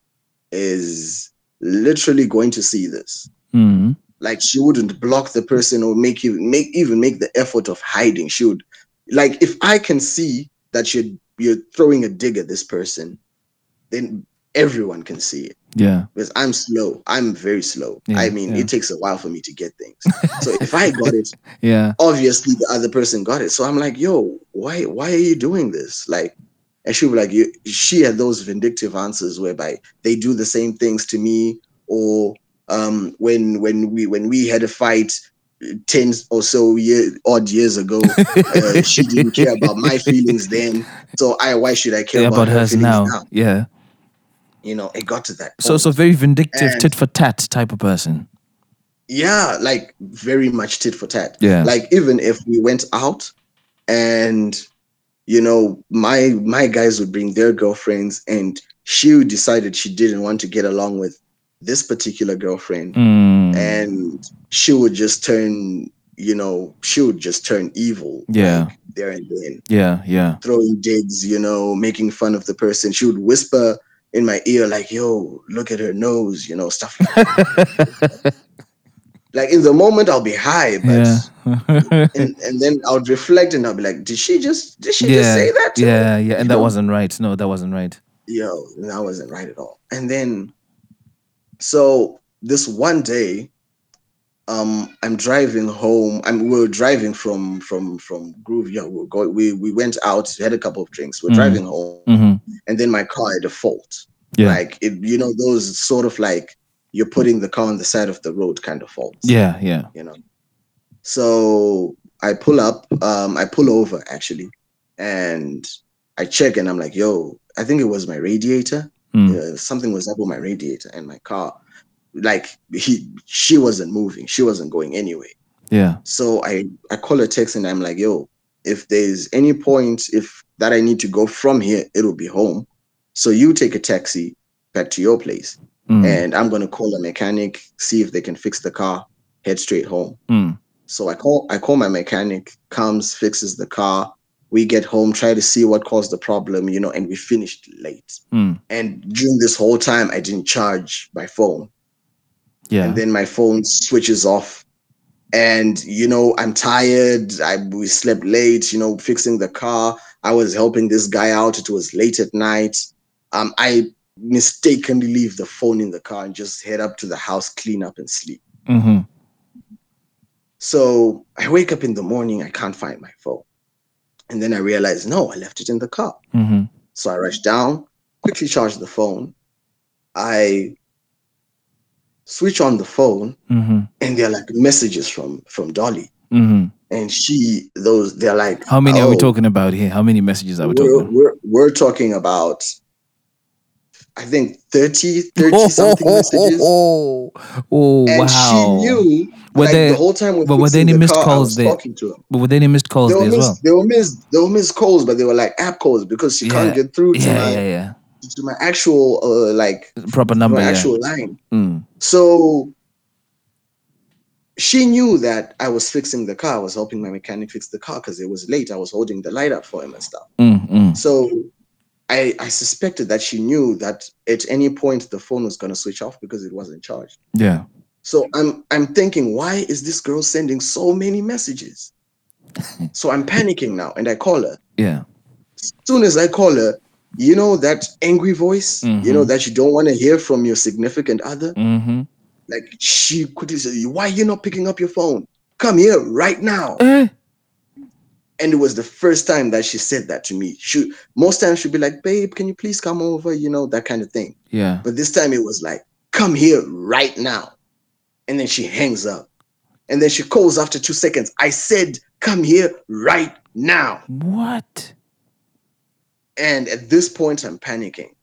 Speaker 5: is literally going to see this?
Speaker 6: Hmm.
Speaker 5: like she wouldn't block the person or make you make even make the effort of hiding she would like if i can see that you're you're throwing a dig at this person then everyone can see it
Speaker 6: Yeah.
Speaker 5: because i'm slow i'm very slow
Speaker 6: Yeah,
Speaker 5: i mean
Speaker 6: yeah.
Speaker 5: it takes a while for me to get things so if i got it
Speaker 6: Yeah.
Speaker 5: obviously the other person got it so i'm like yo why why are you doing this like and she would be like you she had those vindictive answers whereby they do the same things to me or um when when we when we had a fight uh, 10 or so year, odd years ago uh, she didn't care about my feelings then so i why should i care
Speaker 6: Yeah,
Speaker 5: about,
Speaker 6: about
Speaker 5: her
Speaker 6: hers
Speaker 5: feelings now?
Speaker 6: now. Yeah.
Speaker 5: you know it got to that
Speaker 6: So, so
Speaker 5: point.
Speaker 6: very vindictive,
Speaker 5: And-
Speaker 6: tit for tat type of person.
Speaker 5: yeah like very much tit for tat
Speaker 6: Yeah.
Speaker 5: like even if we went out and you know my my guys would bring their girlfriends and she decided she didn't want to get along with this particular girlfriend
Speaker 6: Hmm.
Speaker 5: and she would just turn you know she would just turn evil
Speaker 6: Yeah.
Speaker 5: like, there and then
Speaker 6: Yeah. Yeah.
Speaker 5: throwing digs you know making fun of the person she would whisper in my ear like yo look at her nose you know stuff like that. like in the moment i'll be high but
Speaker 6: Yeah.
Speaker 5: and, and then I'll reflect and I'll be like, did she just did she just
Speaker 6: yeah.
Speaker 5: say that? to me?"
Speaker 6: Yeah. Yeah. And that
Speaker 5: know?
Speaker 6: wasn't right. No, that wasn't right.
Speaker 5: Yo, and that wasn't right at all. And then so this one day, um, I'm driving home. I'm we were driving from from from Groove. Yeah, we were going, we we went out, had a couple of drinks, we're
Speaker 6: Mhm.
Speaker 5: driving home,
Speaker 6: hmm
Speaker 5: and then my car had a fault.
Speaker 6: Yeah.
Speaker 5: Like it, you know, those sort of like you're putting the car on the side of the road kind of faults.
Speaker 6: Yeah. Yeah.
Speaker 5: you know. So I pull up, um, I pull over actually, and I check and I'm like, yo, I think it was my radiator.
Speaker 6: Mm.
Speaker 5: Uh, something was up with my radiator and my car. Like he, she wasn't moving. She wasn't going anyway.
Speaker 6: Yeah.
Speaker 5: So I, I call her text and I'm like, yo, if there's any point if that I need to go from here, it'll be home. So you take a taxi back to your place,
Speaker 6: Mm.
Speaker 5: and I'm gonna call a mechanic, see if they can fix the car, head straight home.
Speaker 6: Mm.
Speaker 5: So I call I call my mechanic, comes, fixes the car. We get home, try to see what caused the problem, you know, and we finished late.
Speaker 6: Mm.
Speaker 5: And during this whole time, I didn't charge my phone.
Speaker 6: Yeah.
Speaker 5: And then my phone switches off. And you know, I'm tired. I we slept late, you know, fixing the car. I was helping this guy out. It was late at night. Um, I mistakenly leave the phone in the car and just head up to the house, clean up and sleep.
Speaker 6: hmm
Speaker 5: So I wake up in the morning, I can't find my phone. And then I realize, no, I left it in the car.
Speaker 6: hmm
Speaker 5: So I rush down, quickly charge the phone. I switch on the phone,
Speaker 6: hmm mm-hmm,
Speaker 5: and there are like messages from from Dolly. and she those they're like
Speaker 6: How many are we
Speaker 5: "Oh,
Speaker 6: talking about here? How many messages are we talking
Speaker 5: we're,
Speaker 6: about?
Speaker 5: we're, we're talking about i think 30 30 something messages
Speaker 6: Oh, oh, oh,
Speaker 5: and
Speaker 6: wow.
Speaker 5: she knew
Speaker 6: Were
Speaker 5: like,
Speaker 6: there-
Speaker 5: the whole time we
Speaker 6: but were there
Speaker 5: fixing
Speaker 6: any
Speaker 5: the
Speaker 6: missed
Speaker 5: car, I
Speaker 6: calls
Speaker 5: was
Speaker 6: there?
Speaker 5: talking to her
Speaker 6: But were there any missed calls
Speaker 5: they
Speaker 6: there
Speaker 5: were,
Speaker 6: as
Speaker 5: missed,
Speaker 6: well?
Speaker 5: they were missed they were missed calls but they were like app calls because she
Speaker 6: Yeah.
Speaker 5: can't get through to,
Speaker 6: Yeah,
Speaker 5: my,
Speaker 6: yeah, yeah.
Speaker 5: to my actual uh, like
Speaker 6: Proper number,
Speaker 5: my
Speaker 6: yeah.
Speaker 5: actual line
Speaker 6: Mm.
Speaker 5: so she knew that I was fixing the car. I was helping my mechanic fix the car because it was late. I was holding the light up for him and stuff.
Speaker 6: Mm, mm.
Speaker 5: So I, I suspected that she knew that at any point the phone was gonna switch off because it wasn't charged.
Speaker 6: Yeah.
Speaker 5: So I'm I'm thinking, why is this girl sending so many messages? so I'm panicking now and I call her.
Speaker 6: Yeah.
Speaker 5: Soon as I call her, you know that angry voice, you know, that you don't want to hear from your significant other.
Speaker 6: Mm-hmm.
Speaker 5: Like she could say, why you not picking up your phone? Come here right now.
Speaker 6: Eh.
Speaker 5: and it was the first time that she said that to me. She most times she'd be like, "Babe, can you please come over?" You know that kind of thing.
Speaker 6: Yeah.
Speaker 5: But this time it was like, "Come here right now," and then she hangs up, and then she calls after two seconds. I said, "Come here right now,"
Speaker 6: What?
Speaker 5: and at this point I'm panicking.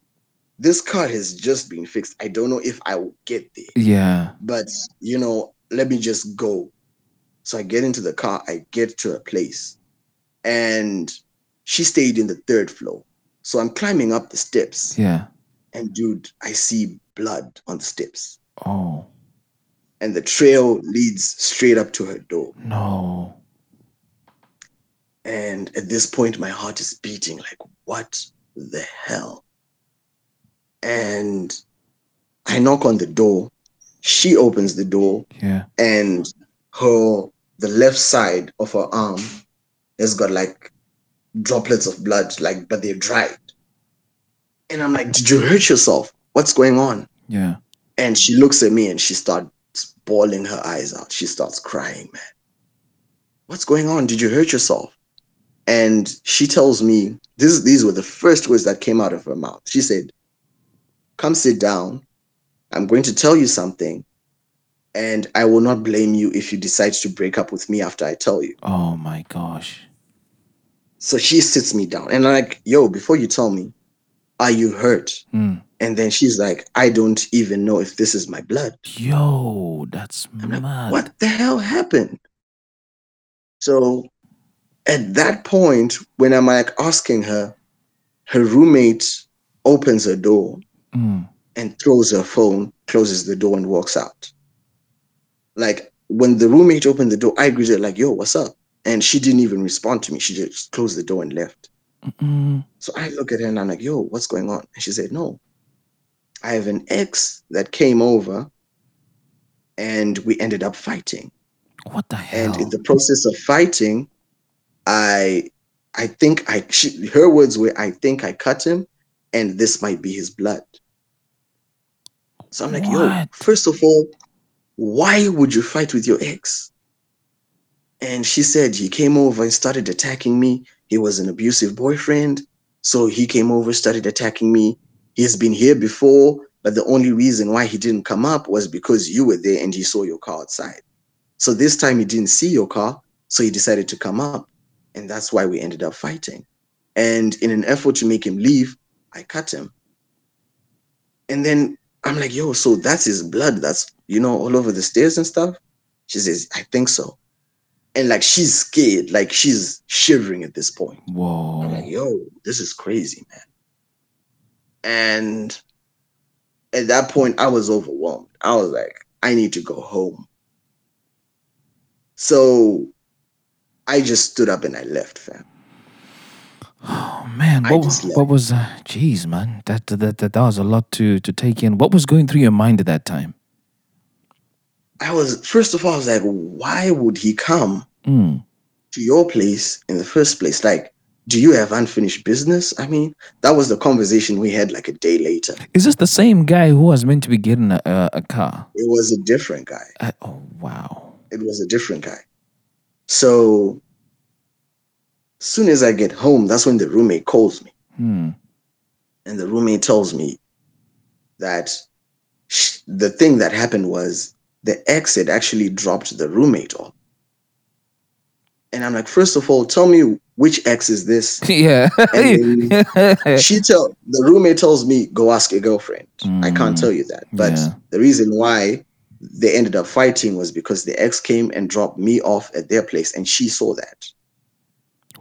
Speaker 5: This car has just been fixed. I don't know if I will get there,
Speaker 6: Yeah.
Speaker 5: but you know, let me just go. So I get into the car. I get to a place. and she stayed in the third floor. So I'm climbing up the steps,
Speaker 6: Yeah.
Speaker 5: and dude, I see blood on the steps,
Speaker 6: Oh
Speaker 5: and the trail leads straight up to her door.
Speaker 6: no.
Speaker 5: And at this point, my heart is beating like, what the hell? And I knock on the door. She opens the door,
Speaker 6: Yeah.
Speaker 5: and her the left side of her arm has got like droplets of blood like but they're dried and i'm like did you hurt yourself what's going on
Speaker 6: Yeah.
Speaker 5: and she looks at me and she starts bawling her eyes out she starts crying man what's going on did you hurt yourself and she tells me this, these were the first words that came out of her mouth she said come sit down i'm going to tell you something and i will not blame you if you decide to break up with me after i tell you
Speaker 6: Oh my gosh.
Speaker 5: so she sits me down and I'm like, yo, before you tell me, are you hurt?
Speaker 6: Mm.
Speaker 5: And then she's like, I don't even know if this is my blood.
Speaker 6: Yo, that's mad.
Speaker 5: What the hell happened? So at that point, when I'm like asking her, her roommate opens her door
Speaker 6: Mm.
Speaker 5: and throws her phone, closes the door, and walks out. Like when the roommate opened the door, I greeted her like, yo, what's up? And she didn't even respond to me. She just closed the door and left.
Speaker 6: Mm.
Speaker 5: So I look at her and I'm like, yo, what's going on? And she said, no, I have an ex that came over and we ended up fighting.
Speaker 6: What the
Speaker 5: And
Speaker 6: hell?
Speaker 5: in the process of fighting, I I think I she, her words were I think I cut him and this might be his blood. So I'm like, yo,
Speaker 6: What?
Speaker 5: first of all, why would you fight with your ex? And she said he came over and started attacking me. He was an abusive boyfriend. So he came over, started attacking me. He's been here before, but the only reason why he didn't come up was because you were there and he saw your car outside. So this time he didn't see your car, so he decided to come up. And that's why we ended up fighting. And in an effort to make him leave, I cut him. And then I'm like, yo, so that's his blood that's, you know, all over the stairs and stuff? She says, I think so. And like, she's scared, like, she's shivering at this point. I'm like,
Speaker 6: Whoa.
Speaker 5: yo, this is crazy, man. And at that point, I was overwhelmed. I was like, I need to go home. So I just stood up and I left, fam.
Speaker 6: Oh man.
Speaker 5: I
Speaker 6: What was
Speaker 5: just
Speaker 6: what was? Uh, geez, man. That, that that that was a lot to to take in. What was going through your mind at that time?
Speaker 5: I was, first of all, I was like, why would he come
Speaker 6: Mm.
Speaker 5: to your place in the first place? Like, do you have unfinished business? I mean, that was the conversation we had like a day later.
Speaker 6: Is this the same guy who was meant to be getting a, a, a car?
Speaker 5: It was a different guy.
Speaker 6: Uh, oh wow.
Speaker 5: it was a different guy. So soon as I get home, that's when the roommate calls me.
Speaker 6: Hmm.
Speaker 5: And the roommate tells me that sh- the thing that happened was the ex had actually dropped the roommate off. And I'm like, first of all, tell me which ex is this?
Speaker 6: yeah.
Speaker 5: And she tell the roommate tells me go ask your girlfriend. I can't tell you that, but
Speaker 6: Mm. yeah.
Speaker 5: the reason why they ended up fighting was because the ex came and dropped me off at their place, and she saw that.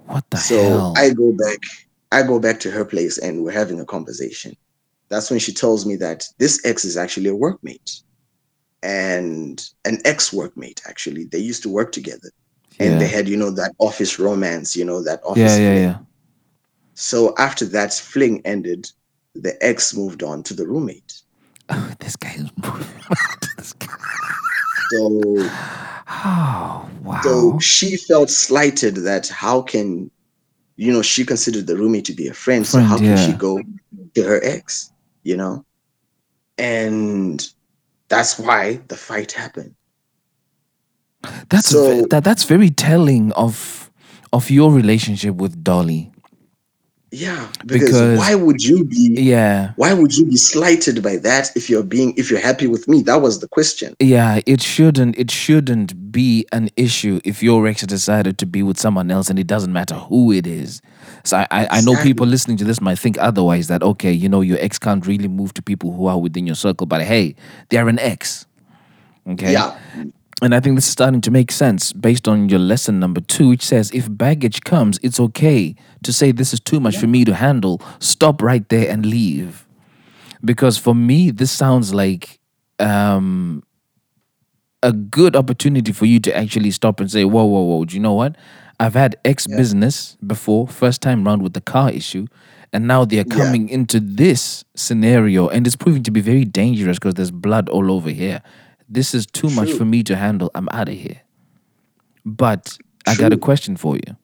Speaker 6: what the
Speaker 5: so
Speaker 6: hell?
Speaker 5: I go back, I go back to her place, and we're having a conversation. That's when she tells me that this ex is actually a workmate, and an ex workmate actually. They used to work together, and
Speaker 6: yeah.
Speaker 5: they had you know that office romance, you know that office.
Speaker 6: yeah, yeah,
Speaker 5: fling.
Speaker 6: yeah.
Speaker 5: So after that fling ended, the ex moved on to the roommate.
Speaker 6: Oh, this guy is moving. this guy.
Speaker 5: So,
Speaker 6: Oh, wow.
Speaker 5: so she felt slighted that how can, you know, she considered the roommate to be a friend. so
Speaker 6: Friend,
Speaker 5: how can she
Speaker 6: yeah.
Speaker 5: go to her ex, you know? And that's why the fight happened.
Speaker 6: That's
Speaker 5: So-
Speaker 6: ve- that, that's very telling of of your relationship with Dolly.
Speaker 5: Yeah. Because,
Speaker 6: Because-
Speaker 5: why would you be
Speaker 6: Yeah.
Speaker 5: why would you be slighted by that if you're being if you're happy with me? That was the question.
Speaker 6: Yeah, it shouldn't it shouldn't be an issue if your ex decided to be with someone else and it doesn't matter who it is. So I, I, I know people listening to this might think otherwise that okay, you know, your ex can't really move to people who are within your circle, but hey, they're an ex. Okay.
Speaker 5: Yeah.
Speaker 6: And I think this is starting to make sense based on your lesson number two, which says if baggage comes, it's okay to say this is too much for me to handle. Stop right there and leave. Because for me, this sounds like um, a good opportunity for you to actually stop and say, whoa, whoa, whoa, do you know what? I've had X business before, first time round with the car issue, and now they're
Speaker 5: Yeah.
Speaker 6: coming into this scenario, and it's proving to be very dangerous because there's blood all over here. This is too much for me to handle. I'm out of here. But I got a
Speaker 5: True.
Speaker 6: question for you.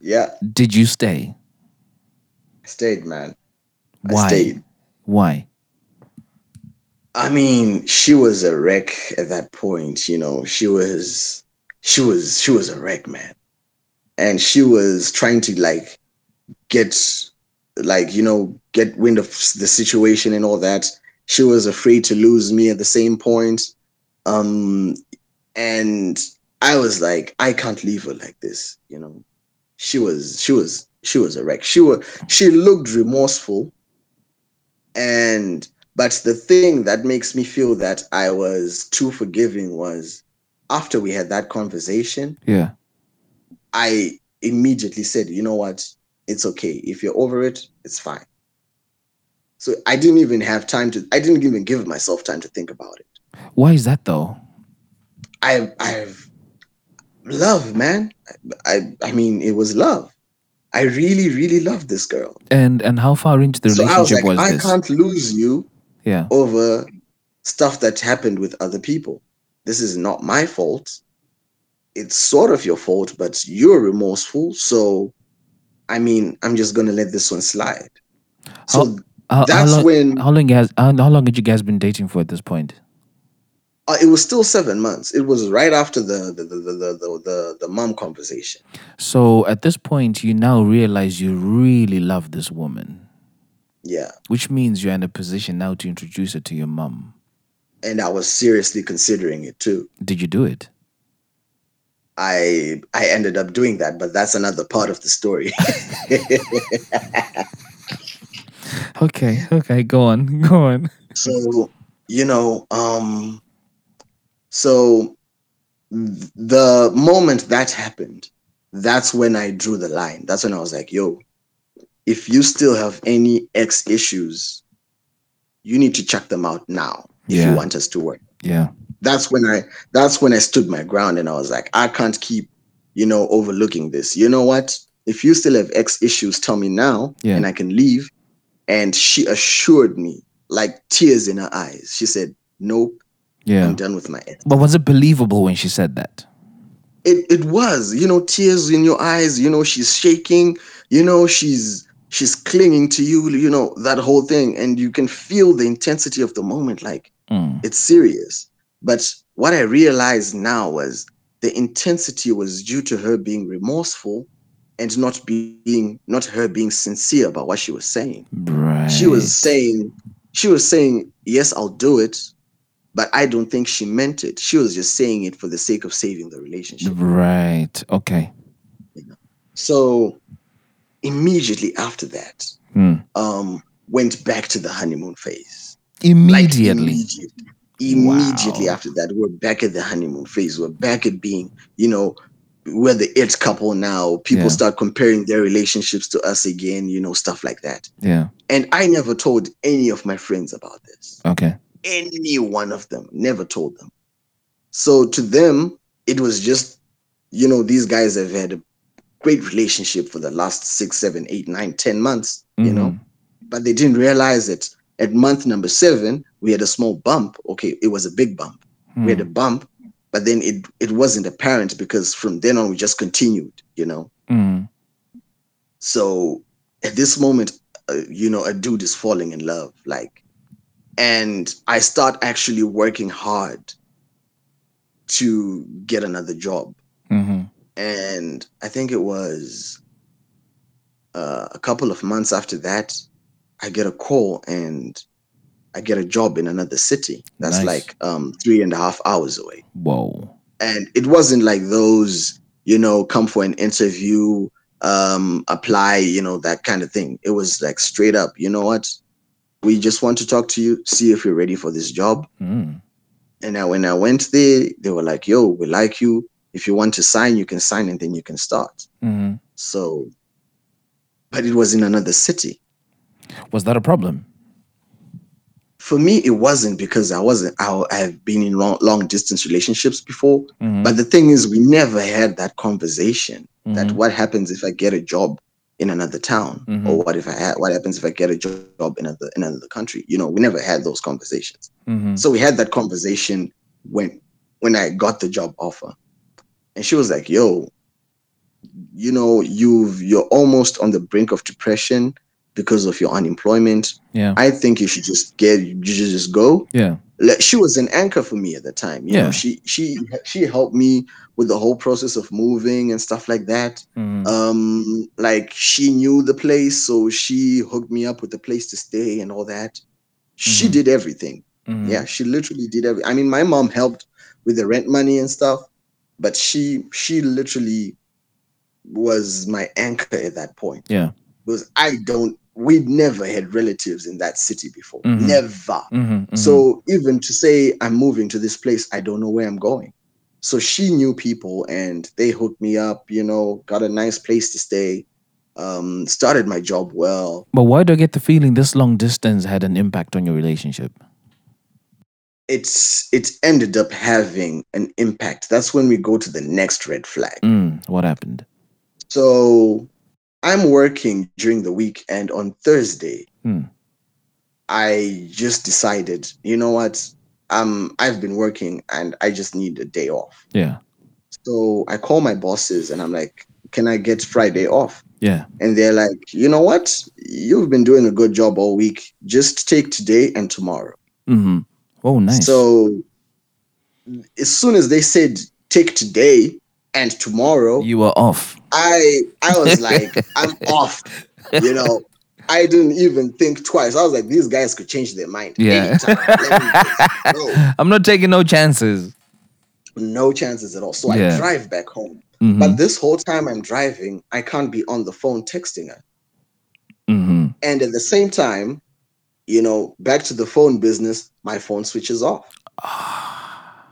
Speaker 5: Yeah.
Speaker 6: Did you stay?
Speaker 5: I stayed, man.
Speaker 6: Why?
Speaker 5: I stayed.
Speaker 6: Why?
Speaker 5: I mean, she was a wreck at that point, you know. She was she was she was a wreck, man. And she was trying to like get like, you know, get wind of s- the situation and all that. She was afraid to lose me at the same point. Um and I was like, I can't leave her like this, you know. She was she was she was a wreck. She was she looked remorseful and but the thing that makes me feel that I was too forgiving was after we had that conversation,
Speaker 6: Yeah.
Speaker 5: I immediately said, you know what? It's okay. If you're over it, it's fine. So I didn't even have time to, I didn't even give myself time to think about it.
Speaker 6: Why is that though?
Speaker 5: I, I've love, man. I, I mean, it was love. I really, really loved this girl.
Speaker 6: And and how far into the
Speaker 5: So I was
Speaker 6: relationship
Speaker 5: like,
Speaker 6: was,
Speaker 5: I
Speaker 6: this?
Speaker 5: can't lose you
Speaker 6: Yeah.
Speaker 5: over stuff that happened with other people. This is not my fault. It's sort of your fault, but you're remorseful. So, I mean, I'm just going to let this one slide. So
Speaker 6: How, how
Speaker 5: that's
Speaker 6: long,
Speaker 5: when
Speaker 6: how long has how, how long had you guys been dating for at this point?
Speaker 5: uh, it was still seven months. It was right after the the the the the, the, the, the mom conversation.
Speaker 6: So at this point, you now realize you really love this woman,
Speaker 5: Yeah,
Speaker 6: which means you're in a position now to introduce her to your mum.
Speaker 5: and I was seriously considering it too.
Speaker 6: Did you do it?
Speaker 5: I I ended up doing that, but that's another part of the story.
Speaker 6: Okay, okay, go on, go on.
Speaker 5: so you know um so th- the moment that happened that's when i drew the line that's when i was like yo if you still have any ex issues you need to check them out now if
Speaker 6: Yeah.
Speaker 5: you want us to work
Speaker 6: Yeah,
Speaker 5: that's when i that's when i stood my ground and i was like i can't keep you know overlooking this you know what if you still have ex issues tell me now
Speaker 6: Yeah.
Speaker 5: and i can leave and she assured me like tears in her eyes she said nope
Speaker 6: yeah.
Speaker 5: i'm done with my ex
Speaker 6: But was it believable when she said that?
Speaker 5: it, it was you know tears in your eyes you know she's shaking you know she's she's clinging to you you know that whole thing and you can feel the intensity of the moment like
Speaker 6: Mm.
Speaker 5: it's serious. But what I realized now was the intensity was due to her being remorseful and not being not her being sincere about what she was saying.
Speaker 6: Right.
Speaker 5: She was saying she was saying, "Yes, I'll do it, But I don't think she meant it. She was just saying it for the sake of saving the relationship.
Speaker 6: Right. Okay.
Speaker 5: So immediately after that,
Speaker 6: Hmm.
Speaker 5: um, went back to the honeymoon phase. Like,
Speaker 6: Immediately.
Speaker 5: immediately. Immediately
Speaker 6: Wow.
Speaker 5: after that, we're back at the honeymoon phase. We're back at being, you know, we're the it couple now. People
Speaker 6: Yeah.
Speaker 5: start comparing their relationships to us again, you know, stuff like that.
Speaker 6: yeah.
Speaker 5: And I never told any of my friends about this.
Speaker 6: Okay.
Speaker 5: Any one of them, never told them. So to them, it was just, you know, these guys have had a great relationship for the last six, seven, eight, nine, ten months, you know
Speaker 6: Mhm.
Speaker 5: but they didn't realize it. At month number seven, we had a small bump. Okay, it was a big bump.
Speaker 6: Mm-hmm.
Speaker 5: We had a bump, but then it it wasn't apparent because from then on we just continued, you know.
Speaker 6: Mm.
Speaker 5: So at this moment, uh, you know, a dude is falling in love, like, and I start actually working hard to get another job.
Speaker 6: Mhm.
Speaker 5: And I think it was uh, a couple of months after that, I get a call and I get a job in another city. That's
Speaker 6: Nice.
Speaker 5: like um, three and a half hours away.
Speaker 6: Whoa.
Speaker 5: And it wasn't like those, you know, come for an interview, um, apply, you know, that kind of thing. It was like straight up, you know what? We just want to talk to you, see if you're ready for this job.
Speaker 6: Mm.
Speaker 5: And I, when I went there, they were like, yo, we like you. If you want to sign, you can sign and then you can start.
Speaker 6: Mhm.
Speaker 5: So, but it was in another city.
Speaker 6: Was that a problem?
Speaker 5: For me, it wasn't because I wasn't, I, I've been in long, long distance relationships before.
Speaker 6: Mhm.
Speaker 5: But the thing is, we never had that conversation that
Speaker 6: Mhm.
Speaker 5: what happens if I get a job in another town?
Speaker 6: Mhm.
Speaker 5: Or what if I ha- what happens if I get a jo- job in another, in another country? You know, we never had those conversations.
Speaker 6: Mhm.
Speaker 5: So we had that conversation when, when I got the job offer. And she was like, yo, you know you've you're almost on the brink of depression because of your unemployment
Speaker 6: Yeah.
Speaker 5: i think you should just get you should just go
Speaker 6: Yeah.
Speaker 5: like, she was an anchor for me at the time you
Speaker 6: Yeah.
Speaker 5: know she she she helped me with the whole process of moving and stuff like that
Speaker 6: Mhm.
Speaker 5: um like she knew the place so she hooked me up with a place to stay and all that she
Speaker 6: Mhm.
Speaker 5: did everything
Speaker 6: Mhm.
Speaker 5: yeah she literally did every i mean my mom helped with the rent money and stuff but she she literally was my anchor at that point
Speaker 6: Yeah.
Speaker 5: because i don't we'd never had relatives in that city before
Speaker 6: Mhm.
Speaker 5: never
Speaker 6: Mhm. Mhm.
Speaker 5: so even to say i'm moving to this place i don't know where i'm going so she knew people and they hooked me up you know got a nice place to stay um started my job well
Speaker 6: But why do I get the feeling this long distance had an impact on your relationship?
Speaker 5: it's it ended up having an impact that's when we go to the next red flag
Speaker 6: Mm, what happened?
Speaker 5: so i'm working during the week and on thursday
Speaker 6: Hmm.
Speaker 5: i just decided you know what um i've been working and i just need a day off
Speaker 6: Yeah.
Speaker 5: so i call my bosses and i'm like can i get friday off
Speaker 6: Yeah.
Speaker 5: and they're like you know what you've been doing a good job all week just take today and tomorrow
Speaker 6: Mm-hmm. Oh, nice.
Speaker 5: So as soon as they said take today and tomorrow,
Speaker 6: you were off.
Speaker 5: I I was like, I'm off. You know, I didn't even think twice. I was like, these guys could change their mind.
Speaker 6: Yeah.
Speaker 5: anytime. Let me just go.
Speaker 6: I'm not taking no chances.
Speaker 5: No chances at all. So
Speaker 6: Yeah.
Speaker 5: I drive back home.
Speaker 6: Mm-hmm.
Speaker 5: But this whole time I'm driving, I can't be on the phone texting her.
Speaker 6: mm-hmm.
Speaker 5: And at the same time, you know, back to the phone business, my phone switches off.
Speaker 6: Ah.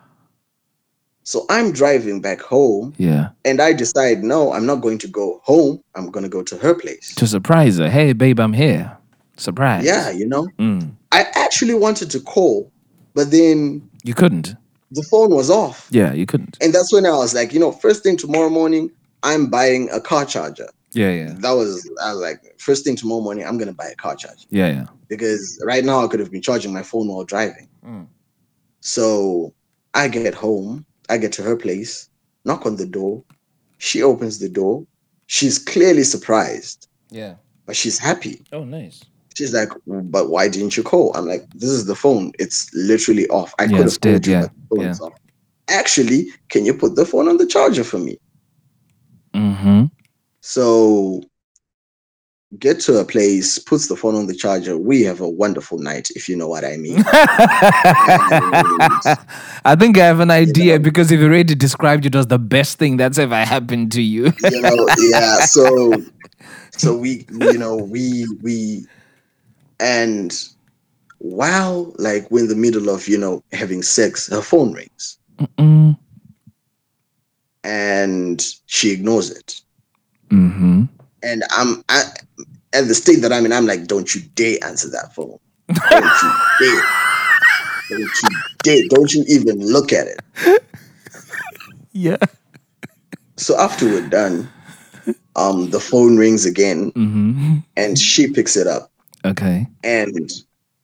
Speaker 5: So I'm driving back home
Speaker 6: Yeah.
Speaker 5: and I decide, no, I'm not going to go home. I'm going to go to her place.
Speaker 6: To surprise her. Hey, babe, I'm here. Surprise.
Speaker 5: Yeah, you know,
Speaker 6: Mm.
Speaker 5: I actually wanted to call, but then
Speaker 6: You couldn't.
Speaker 5: the phone was off.
Speaker 6: Yeah, you couldn't.
Speaker 5: And that's when I was like, you know, first thing tomorrow morning, I'm buying a car charger.
Speaker 6: Yeah, yeah.
Speaker 5: That was, I was like, first thing tomorrow morning, I'm going to buy a car charger
Speaker 6: Yeah, yeah.
Speaker 5: because right now I could have been charging my phone while driving.
Speaker 6: Mm.
Speaker 5: So I get home, I get to her place, knock on the door. She opens the door. She's clearly surprised,
Speaker 6: Yeah.
Speaker 5: but she's happy.
Speaker 6: Oh, nice.
Speaker 5: She's like, but why didn't you call? I'm like, this is the phone. It's literally off. I
Speaker 6: Yeah,
Speaker 5: could
Speaker 6: it's
Speaker 5: have called
Speaker 6: dead,
Speaker 5: you,
Speaker 6: yeah,
Speaker 5: but the phone's off. Actually, can you put the phone on the charger for me?
Speaker 6: Mm-hmm.
Speaker 5: So get to a place, puts the phone on the charger. We have a wonderful night, if you know what I mean.
Speaker 6: I think I have an idea because you've already described it as the best thing that's ever happened to you.
Speaker 5: you know, yeah. So, so we, you know, we we, and while like we're in the middle of you know having sex, her phone rings
Speaker 6: Mm.
Speaker 5: and she ignores it.
Speaker 6: Mm-hmm.
Speaker 5: And I'm I, at the state that I'm in. I'm like, don't you dare answer that phone. Don't you dare. Don't you dare. Don't you even look at it.
Speaker 6: Yeah.
Speaker 5: So after we're done, um, the phone rings again,
Speaker 6: Mm-hmm.
Speaker 5: and she picks it up.
Speaker 6: Okay.
Speaker 5: And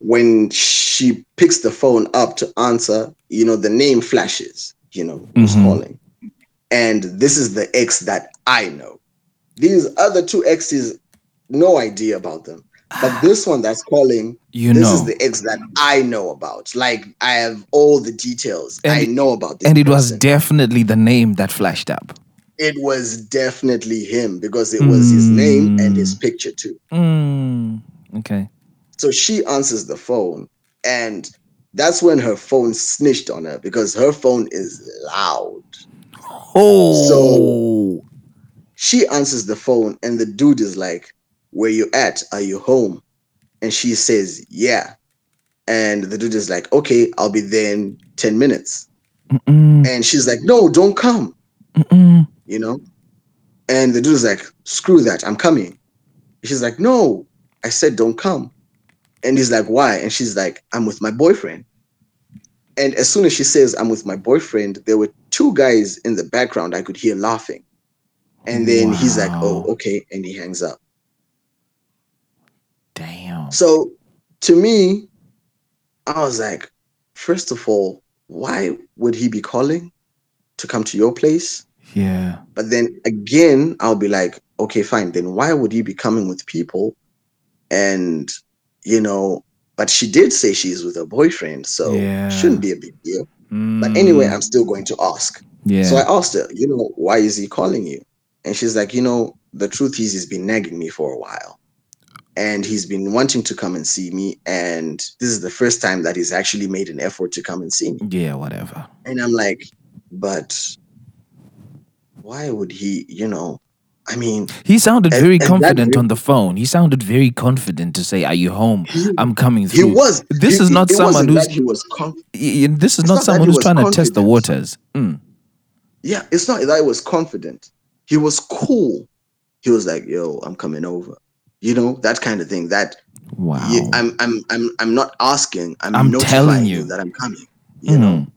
Speaker 5: when she picks the phone up to answer, you know, the name flashes, you know, who's
Speaker 6: Mhm.
Speaker 5: calling. And this is the ex that I know. These other two exes, no idea about them. But this one that's calling,
Speaker 6: Ah. You
Speaker 5: this
Speaker 6: know.
Speaker 5: is the ex that I know about. Like I have all the details. I
Speaker 6: And-
Speaker 5: know about this.
Speaker 6: and it was
Speaker 5: person.
Speaker 6: definitely the name that flashed up.
Speaker 5: it was definitely him because it was his name and his picture too.
Speaker 6: Mm. Okay.
Speaker 5: So she answers the phone, and that's when her phone snitched on her because her phone is loud.
Speaker 6: Oh.
Speaker 5: She answers the phone, and the dude is like, Where you at? Are you home? And she says, Yeah. And the dude is like, Okay, I'll be there in 10 minutes.
Speaker 6: Mm-mm,
Speaker 5: And she's like, No, don't come,
Speaker 6: mm-mm.
Speaker 5: you know? And the dude is like, Screw that, I'm coming. She's like, No, I said don't come. And he's like, Why? And she's like, I'm with my boyfriend. And as soon as she says, I'm with my boyfriend, there were two guys in the background I could hear laughing. And then he's like, Oh,
Speaker 6: Wow.
Speaker 5: okay. And he hangs up.
Speaker 6: Damn.
Speaker 5: So to me, I was like, First of all, why would he be calling to come to your place?
Speaker 6: Yeah.
Speaker 5: But then again, I'll be like, okay, fine. Then why would he be coming with people? And, you know, but she did say she's with her boyfriend, so
Speaker 6: Yeah.
Speaker 5: shouldn't be a big deal. But
Speaker 6: Mm.
Speaker 5: anyway, I'm still going to ask.
Speaker 6: Yeah.
Speaker 5: So I asked her, you know, why is he calling you? And she's like, you know, the truth is he's been nagging me for a while. And he's been wanting to come and see me. And this is the first time that he's actually made an effort to come and see me.
Speaker 6: yeah. Whatever.
Speaker 5: And I'm like, but why would he, you know? I mean,
Speaker 6: He sounded
Speaker 5: And-
Speaker 6: very
Speaker 5: and that
Speaker 6: confident
Speaker 5: re-
Speaker 6: on the phone. He sounded very confident to say, "Are you home?
Speaker 5: he,
Speaker 6: I'm coming
Speaker 5: he
Speaker 6: through."
Speaker 5: was.
Speaker 6: This
Speaker 5: it-
Speaker 6: is
Speaker 5: it-
Speaker 6: not
Speaker 5: it wasn't
Speaker 6: someone who's-
Speaker 5: that he was. Conf-
Speaker 6: Y- y- this is not
Speaker 5: It's not that
Speaker 6: someone
Speaker 5: he
Speaker 6: who's
Speaker 5: was
Speaker 6: trying to test the
Speaker 5: confident.
Speaker 6: waters. Mm.
Speaker 5: yeah, it's not that he was confident. He was cool. He was like, "Yo, I'm coming over," you know, that kind of thing. That
Speaker 6: Wow.
Speaker 5: you- I'm, I'm, I'm, I'm not asking. I'm,
Speaker 6: I'm
Speaker 5: notifying
Speaker 6: telling
Speaker 5: you.
Speaker 6: you.
Speaker 5: that I'm coming. You know.
Speaker 6: Mm.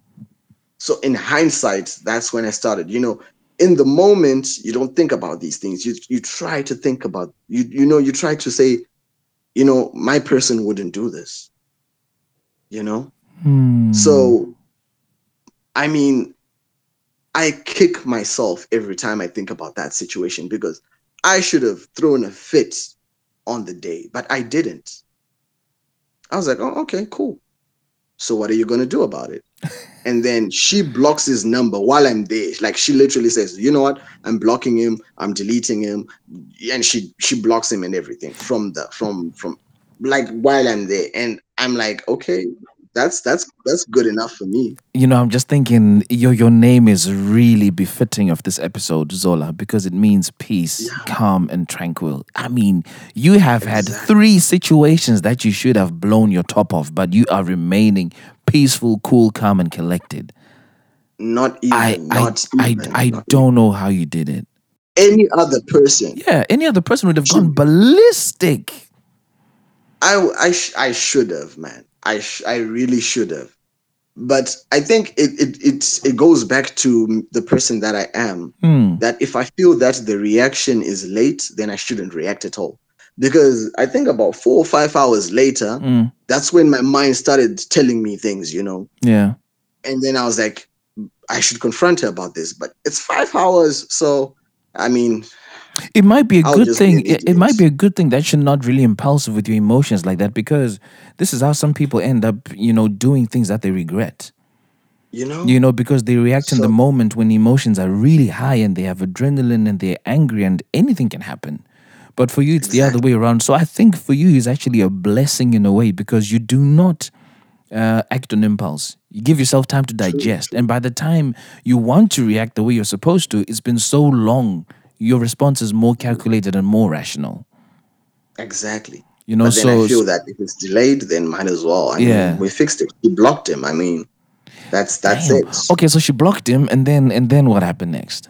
Speaker 5: So in hindsight, that's when I started. You know, in the moment, you don't think about these things. You you try to think about you you know you try to say, you know, my person wouldn't do this. You know,
Speaker 6: Mm.
Speaker 5: so I mean, I kick myself every time I think about that situation because I should have thrown a fit on the day, but I didn't. I was like, oh, okay, cool. So what are you gonna do about it? And then she blocks his number while I'm there. Like she literally says, you know what? I'm blocking him, I'm deleting him, and she she blocks him and everything from the from from like while I'm there. And I'm like, okay, that's that's that's good enough for me.
Speaker 6: You know, I'm just thinking your your name is really befitting of this episode, Zola, because it means peace, calm, and tranquil. I mean, you have had three situations that you should have blown your top off, but you are remaining peaceful, cool, calm, and collected.
Speaker 5: Not even
Speaker 6: I I
Speaker 5: not
Speaker 6: I,
Speaker 5: even,
Speaker 6: I
Speaker 5: not
Speaker 6: don't know how you did it.
Speaker 5: any other person.
Speaker 6: Yeah, any other person would have gone ballistic.
Speaker 5: I I sh- I should have, man. I sh- I really should have. But I think it it it's, it goes back to the person that I am.
Speaker 6: Hmm.
Speaker 5: That if I feel that the reaction is late, then I shouldn't react at all. Because I think about four or five hours later,
Speaker 6: Mm.
Speaker 5: that's when my mind started telling me things, you know.
Speaker 6: Yeah.
Speaker 5: And then I was like, I should confront her about this. But it's five hours, so I mean,
Speaker 6: It might be a
Speaker 5: I'll
Speaker 6: good
Speaker 5: just be
Speaker 6: thing.
Speaker 5: an
Speaker 6: It, it might
Speaker 5: idiot.
Speaker 6: be a good thing that you're not really impulsive with your emotions like that because this is how some people end up, you know, doing things that they regret.
Speaker 5: you know,
Speaker 6: You know, because they react in the
Speaker 5: So-
Speaker 6: moment when emotions are really high and they have adrenaline and they're angry and anything can happen. But for you, it's the other way around. So I think for you, it's actually a blessing in a way because you do not uh, act on impulse. You give yourself time to digest. And by the time you want to react the way you're supposed to, it's been so long, your response is more calculated and more rational.
Speaker 5: Exactly.
Speaker 6: You know,
Speaker 5: but then
Speaker 6: so-
Speaker 5: I feel that if it's delayed, then might as well. I
Speaker 6: Yeah.
Speaker 5: mean, we fixed it. We blocked him. I mean, that's that's
Speaker 6: Damn.
Speaker 5: it.
Speaker 6: Okay, so she blocked him, and then and then what happened next?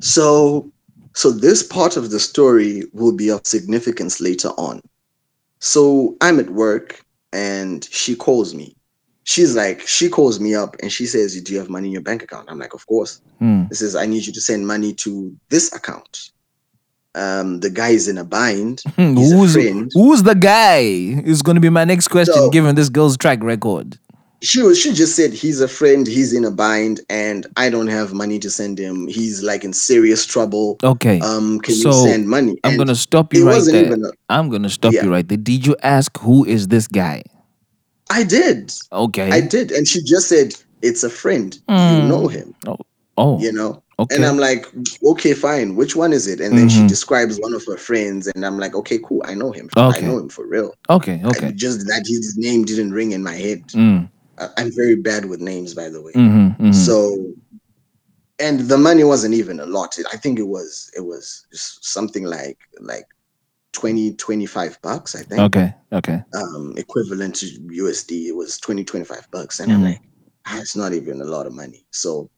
Speaker 5: So, so this part of the story will be of significance later on. So I'm at work and she calls me. She's like, she calls me up and she says, Do you have money in your bank account? I'm like, Of course.
Speaker 6: Hmm.
Speaker 5: This is, I need you to send money to this account. Um, the guy is in a bind. He's a
Speaker 6: Hmm, who's
Speaker 5: friend.
Speaker 6: who's the guy? Is going to be my next question,
Speaker 5: So-
Speaker 6: given this girl's track record.
Speaker 5: She was, she just said he's a friend, he's in a bind, and I don't have money to send him. He's like in serious trouble.
Speaker 6: Okay,
Speaker 5: Um, can
Speaker 6: so
Speaker 5: you send money?
Speaker 6: I'm
Speaker 5: And
Speaker 6: gonna stop
Speaker 5: it
Speaker 6: you right
Speaker 5: wasn't
Speaker 6: there.
Speaker 5: even a-
Speaker 6: I'm gonna stop
Speaker 5: Yeah.
Speaker 6: you right there. Did you ask who is this guy?
Speaker 5: I did.
Speaker 6: Okay.
Speaker 5: I did. And she just said, It's a friend. You know him,
Speaker 6: oh, oh,
Speaker 5: you know?
Speaker 6: okay. Mm-hmm.
Speaker 5: And I'm like, Okay, fine. Which one is it? And then she describes one of her friends. And I'm like, Okay, cool. I know him.
Speaker 6: Okay.
Speaker 5: I know him for real.
Speaker 6: okay,
Speaker 5: I-
Speaker 6: okay.
Speaker 5: just that his name didn't ring in my head.
Speaker 6: Mm,
Speaker 5: I- I'm very bad with names, by the way.
Speaker 6: mhm, mhm.
Speaker 5: So, and the money wasn't even a lot. It- I think it was, it was s- something like, like, 20 25 bucks i think
Speaker 6: okay, okay.
Speaker 5: um equivalent to USD. It was 20, 25 bucks. And I'm
Speaker 6: Mhm.
Speaker 5: like, "Ah, it's not even a lot of money. So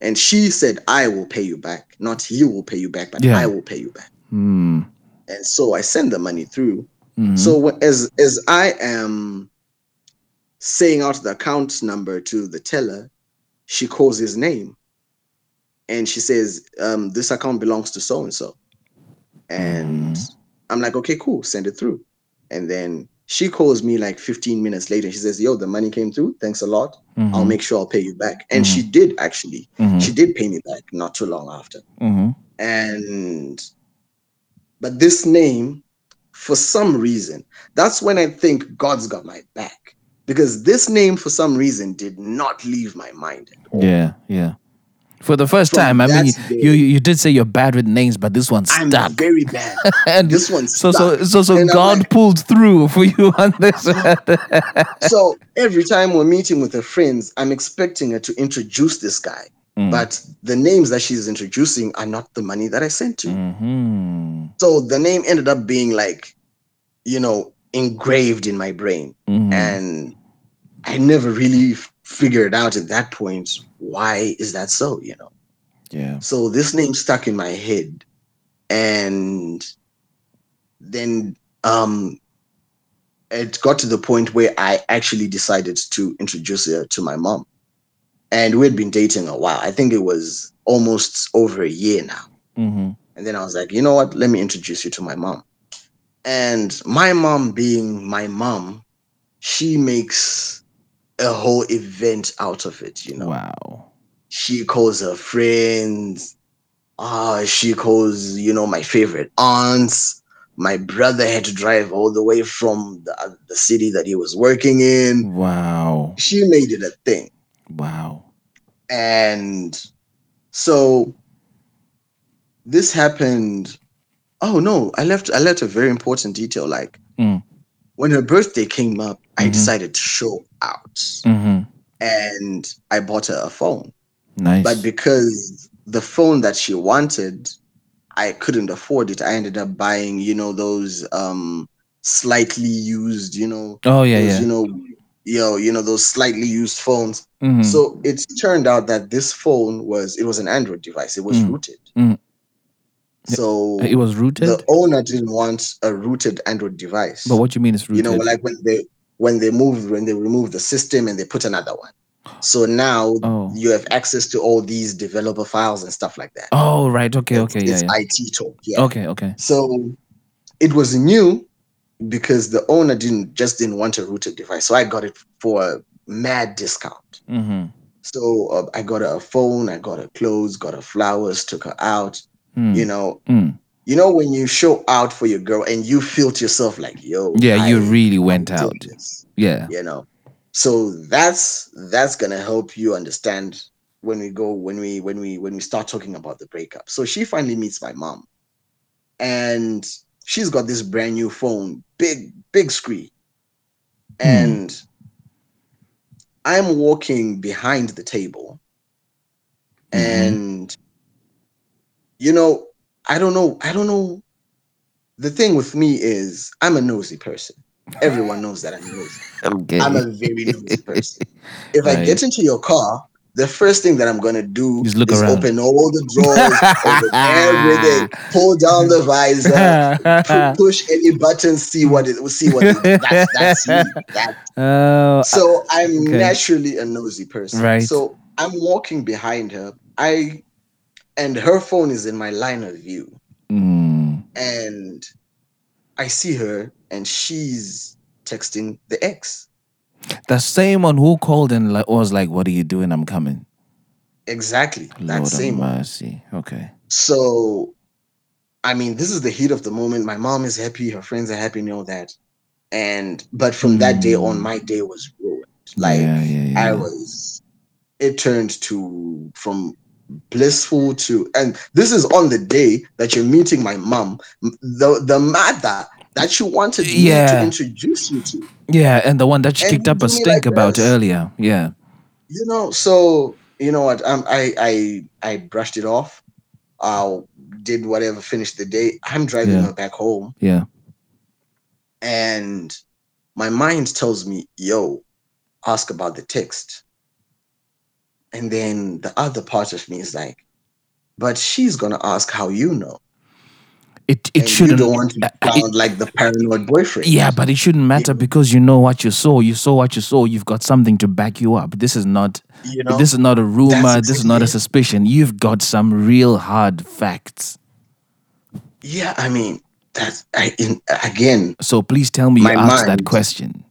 Speaker 5: and she said, I will pay you back. Not he will pay you back, but
Speaker 6: Yeah.
Speaker 5: I will pay you back.
Speaker 6: Hmm.
Speaker 5: And so I send the money through.
Speaker 6: mhm.
Speaker 5: So wh- as as I am saying out the account number to the teller, she calls his name and she says, um, this account belongs to so and so. And I'm like, okay, cool, send it through. And then she calls me like 15 minutes later. She says, yo, the money came through. Thanks a lot.
Speaker 6: mm-hmm,
Speaker 5: I'll make sure I'll pay you back. And she did actually. She did pay me back not too long after.
Speaker 6: Mhm.
Speaker 5: And but this name, for some reason, that's when I think God's got my back. Because this name, for some reason, did not leave my mind.
Speaker 6: Yeah, yeah. For the first
Speaker 5: Oh. From
Speaker 6: time, I mean,
Speaker 5: that
Speaker 6: you, you you did say you're bad with names, but this one
Speaker 5: I'm
Speaker 6: stuck.
Speaker 5: very bad.
Speaker 6: and
Speaker 5: this one
Speaker 6: so so
Speaker 5: stuck.
Speaker 6: so so
Speaker 5: And I'm
Speaker 6: God
Speaker 5: like-
Speaker 6: pulled through for you on this.
Speaker 5: so every time we're meeting with her friends, I'm expecting her to introduce this guy.
Speaker 6: Mm.
Speaker 5: But the names that she's introducing are not the money that I sent to.
Speaker 6: Mm. hmm
Speaker 5: So the name ended up being like, you know, engraved in my brain.
Speaker 6: Mm-hmm. Mm.
Speaker 5: And I never really f- figured out at that point why is that so, you know.
Speaker 6: Yeah.
Speaker 5: So this name stuck in my head. And then um it got to the point where I actually decided to introduce her to my mom. And we'd been dating a while. I think it was almost over a year now.
Speaker 6: hmm
Speaker 5: And then I was like, you know what? Let me introduce you to my mom. And my mom, being my mom, she makes a whole event out of it. You know,
Speaker 6: Wow.
Speaker 5: she calls her friends. Ah, she calls, you know, my favorite aunts. My brother had to drive all the way from the, uh, the city that he was working in.
Speaker 6: Wow.
Speaker 5: She made it a thing.
Speaker 6: Wow.
Speaker 5: And so this happened. Oh no, I left I left a very important detail. Like
Speaker 6: Mm.
Speaker 5: when her birthday came up, I
Speaker 6: Mhm.
Speaker 5: decided to show out
Speaker 6: hmm
Speaker 5: and I bought her a phone.
Speaker 6: Nice.
Speaker 5: But because the phone that she wanted, I couldn't afford it. I ended up buying, you know, those um slightly used, you know,
Speaker 6: oh yeah,
Speaker 5: those,
Speaker 6: yeah.
Speaker 5: you know, you know, you know, those slightly used phones.
Speaker 6: Mhm.
Speaker 5: So it turned out that this phone was it was an Android device. It was
Speaker 6: Mm.
Speaker 5: rooted.
Speaker 6: Mm.
Speaker 5: So
Speaker 6: Uh, it was rooted.
Speaker 5: the owner didn't want a rooted Android device.
Speaker 6: but what you mean it's
Speaker 5: you
Speaker 6: rooted?
Speaker 5: know, like when they when they moved when they removed the system and they put another one. So now
Speaker 6: Oh.
Speaker 5: you have access to all these developer files and stuff like that.
Speaker 6: oh right. Okay. Okay.
Speaker 5: it's
Speaker 6: Yeah. yeah.
Speaker 5: IT talk. Yeah.
Speaker 6: Okay. Okay.
Speaker 5: So it was new because the owner didn't just didn't want a rooted device. So I got it for a mad discount.
Speaker 6: hmm
Speaker 5: So uh, I got her a phone, I got her clothes, got her flowers, took her out. You know,
Speaker 6: Mm.
Speaker 5: you know when you show out for your girl and you feel to yourself like, yo,
Speaker 6: Yeah, you
Speaker 5: I-
Speaker 6: really went
Speaker 5: I'm doing
Speaker 6: out.
Speaker 5: this,
Speaker 6: Yeah.
Speaker 5: You know, so that's that's gonna help you understand when we go when we when we when we start talking about the breakup. So she finally meets my mom, and she's got this brand new phone, big, big screen. And I'm walking behind the table. And you know, I don't know, I don't know. The thing with me is I'm a nosy person. Everyone knows that I'm nosy.
Speaker 6: Okay.
Speaker 5: I'm a very nosy person. If I
Speaker 6: Right.
Speaker 5: get into your car, the first thing that I'm gonna do
Speaker 6: Just look
Speaker 5: is
Speaker 6: around.
Speaker 5: open all the drawers, open everything, pull down the visor, pu- push any button, see what it see what it, that's that's me. That,
Speaker 6: Oh,
Speaker 5: so I'm
Speaker 6: okay.
Speaker 5: naturally a nosy person.
Speaker 6: Right.
Speaker 5: So I'm walking behind her. I and her phone is in my line of view.
Speaker 6: mm,
Speaker 5: And I see her and she's texting the ex.
Speaker 6: the same one who called and like, was like, "What are you doing? I'm coming."
Speaker 5: Exactly. That
Speaker 6: Lord of
Speaker 5: same one.
Speaker 6: mercy. Okay.
Speaker 5: So, I mean, this is the heat of the moment. My mom is happy. Her friends are happy and all that. And, but from that day on,
Speaker 6: Mm.
Speaker 5: my day was ruined. Like,
Speaker 6: yeah, yeah, yeah.
Speaker 5: I was, it turned to from blissful to, and this is on the day that you're meeting my mom, m- the, the mother that you wanted me
Speaker 6: Yeah.
Speaker 5: to introduce you to,
Speaker 6: yeah, and the one that you
Speaker 5: And
Speaker 6: kicked
Speaker 5: you
Speaker 6: up a
Speaker 5: do me
Speaker 6: stink
Speaker 5: like
Speaker 6: about
Speaker 5: this.
Speaker 6: earlier. Yeah.
Speaker 5: you know? So, you know what? I'm, I, I, I brushed it off. I did whatever, finished the day. I'm driving
Speaker 6: Yeah.
Speaker 5: her back home.
Speaker 6: Yeah.
Speaker 5: and my mind tells me, yo, ask about the text. And then the other part of me is like, but she's gonna ask how you know.
Speaker 6: It it
Speaker 5: And you
Speaker 6: shouldn't.
Speaker 5: don't want to
Speaker 6: uh, uh, it-
Speaker 5: sound like the paranoid boyfriend.
Speaker 6: yeah, but it shouldn't matter because you know what you saw. You saw what you saw. You've got something to back you up. This is not.
Speaker 5: You know,
Speaker 6: this is not a rumor. this is
Speaker 5: exactly
Speaker 6: not a
Speaker 5: it.
Speaker 6: suspicion. You've got some real hard facts.
Speaker 5: yeah, I mean, that's I in, again
Speaker 6: So please tell me you
Speaker 5: My
Speaker 6: asked that
Speaker 5: mind-
Speaker 6: question.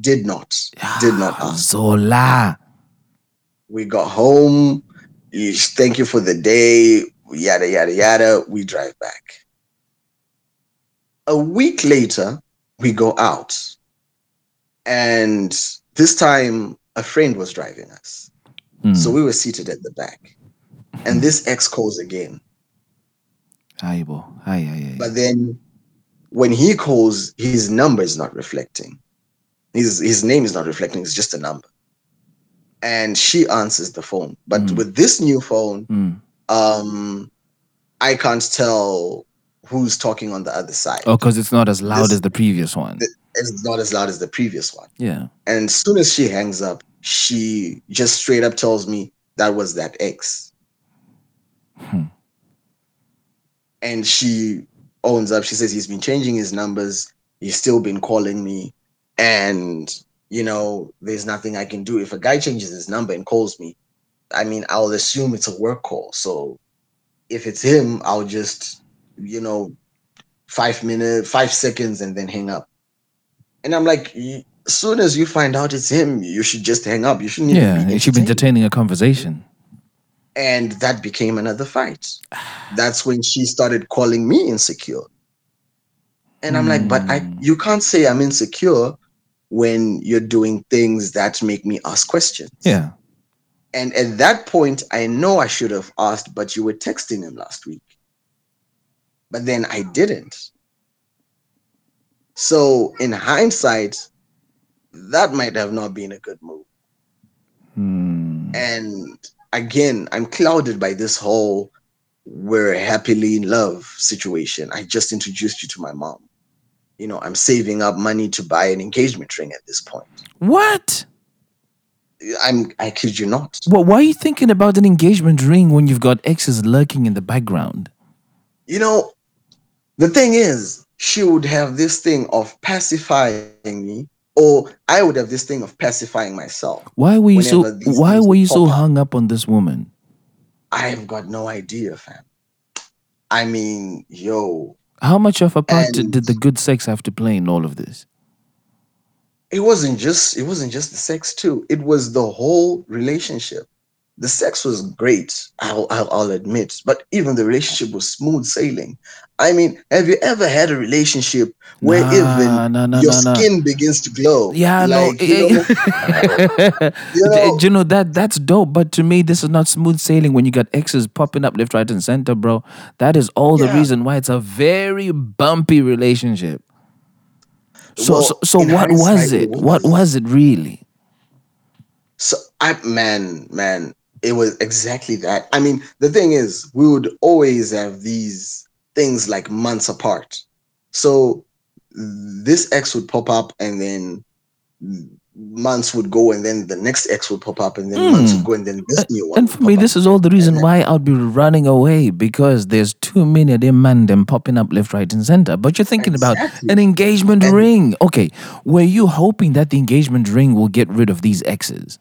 Speaker 5: did not, did not
Speaker 6: Ah,
Speaker 5: ask.
Speaker 6: Zola.
Speaker 5: We got home. You, thank you for the day. Yada yada yada. We drive back. A week later, we go out, and this time a friend was driving us,
Speaker 6: Hmm.
Speaker 5: so we were seated at the back. And this ex calls again,
Speaker 6: Aye, bo. Aye, aye, aye.
Speaker 5: but then when he calls, his number is not reflecting. His his name is not reflecting. It's just a number. And she answers the phone, but
Speaker 6: Mm.
Speaker 5: with this new phone,
Speaker 6: Hmm.
Speaker 5: um i can't tell who's talking on the other side
Speaker 6: Oh, because it's not as loud
Speaker 5: This-
Speaker 6: as the previous one.
Speaker 5: th- it's not as loud as the previous one
Speaker 6: yeah.
Speaker 5: and as soon as she hangs up she just straight up tells me that was that ex
Speaker 6: Hmm.
Speaker 5: and she owns up she says he's been changing his numbers he's still been calling me and you know there's nothing i can do if a guy changes his number and calls me i mean i'll assume it's a work call so if it's him i'll just you know five minutes, five seconds, and then hang up. And I'm like, "Y- as soon as you find out it's him, you should just hang up. You shouldn't even
Speaker 6: Yeah.
Speaker 5: be
Speaker 6: It should be
Speaker 5: entertained."
Speaker 6: entertaining a conversation.
Speaker 5: And that became another fight. That's when she started calling me insecure. And I'm like, but I
Speaker 6: Hmm.
Speaker 5: you can't say I'm insecure when you're doing things that make me ask questions.
Speaker 6: Yeah.
Speaker 5: And at that point, I know I should have asked, but you were texting him last week. But then I didn't. So in hindsight, that might have not been a good move.
Speaker 6: Hmm.
Speaker 5: Eh. And again, I'm clouded by this whole we're happily in love situation. I just introduced you to my mom. You know, I'm saving up money to buy an engagement ring at this point.
Speaker 6: What?
Speaker 5: I'm I kid you not.
Speaker 6: Well, why are you thinking about an engagement ring when you've got exes lurking in the background?
Speaker 5: You know, the thing is, she would have this thing of pacifying me, or I would have this thing of pacifying myself.
Speaker 6: Why were you so?
Speaker 5: Whenever these
Speaker 6: Why
Speaker 5: things
Speaker 6: were you so
Speaker 5: pop up.
Speaker 6: hung up on this woman?
Speaker 5: I've got no idea, fam. I mean, yo,
Speaker 6: How much of a part did-
Speaker 5: And-
Speaker 6: did the good sex have to play in all of this?
Speaker 5: it wasn't just it wasn't just the sex too it was the whole relationship the sex was great I'll, I'll, I'll admit but even the relationship was smooth sailing i mean have you ever had a relationship where
Speaker 6: Nah,
Speaker 5: even
Speaker 6: nah, nah,
Speaker 5: your
Speaker 6: nah, nah.
Speaker 5: skin begins to glow
Speaker 6: Yeah,
Speaker 5: like,
Speaker 6: no.
Speaker 5: you know, you know,
Speaker 6: Do you know that that's dope, but to me, this is not smooth sailing when you got X's popping up left, right, and center, bro. That is all the
Speaker 5: Yeah.
Speaker 6: reason why it's a very bumpy relationship. So,
Speaker 5: Well,
Speaker 6: so, so
Speaker 5: in
Speaker 6: what was
Speaker 5: hindsight, it
Speaker 6: it? What
Speaker 5: was.
Speaker 6: was it really?
Speaker 5: So I man, man, it was exactly that. I mean, the thing is, we would always have these things like months apart. So this X would pop up and then months would go and then the next X would pop up and then months would go and then this new one.
Speaker 6: Hmm. And
Speaker 5: would
Speaker 6: for me,
Speaker 5: pop up.
Speaker 6: this is all the reason why I'd be running away because there's too many of them man them popping up left, right, and center. But you're thinking
Speaker 5: Exactly.
Speaker 6: about an engagement
Speaker 5: And-
Speaker 6: ring. Okay, were you hoping that the engagement ring will get rid of these X's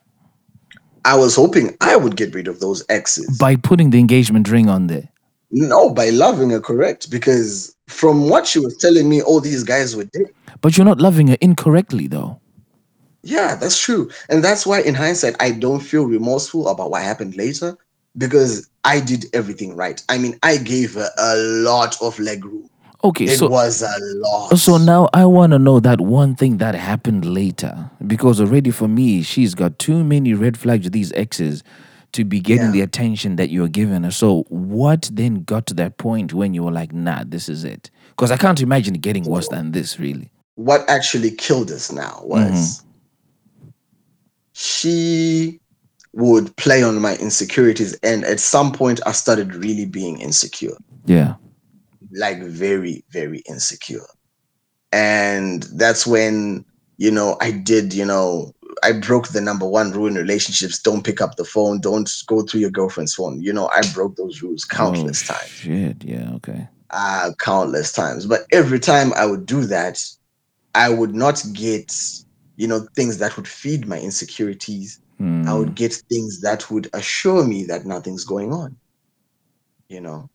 Speaker 5: I was hoping I would get rid of those X's.
Speaker 6: by putting the engagement ring on there?
Speaker 5: no, by loving her, correct? Because from what she was telling me, all these guys were dead.
Speaker 6: But you're not loving her incorrectly, though.
Speaker 5: Yeah, that's true. And that's why, in hindsight, I don't feel remorseful about what happened later because I did everything right. I mean, I gave her a lot of legroom.
Speaker 6: Okay,
Speaker 5: It
Speaker 6: so
Speaker 5: was a lot.
Speaker 6: so now I want to know that one thing that happened later because already for me, she's got too many red flags with these exes to be getting
Speaker 5: Yeah.
Speaker 6: the attention that you're giving her. So what then got to that point when you were like, nah, this is it? Because I can't imagine it getting worse than this, really.
Speaker 5: what actually killed us now was
Speaker 6: Mm-hmm.
Speaker 5: she would play on my insecurities. And at some point, I started really being insecure.
Speaker 6: Yeah.
Speaker 5: like very very insecure and that's when you know i did you know i broke the number one rule in relationships don't pick up the phone don't go through your girlfriend's phone you know i broke those rules countless
Speaker 6: oh,
Speaker 5: times
Speaker 6: Shit. Yeah. Okay.
Speaker 5: uh countless times but every time i would do that i would not get you know things that would feed my insecurities i
Speaker 6: Mm.
Speaker 5: would get things that would assure me that nothing's going on you know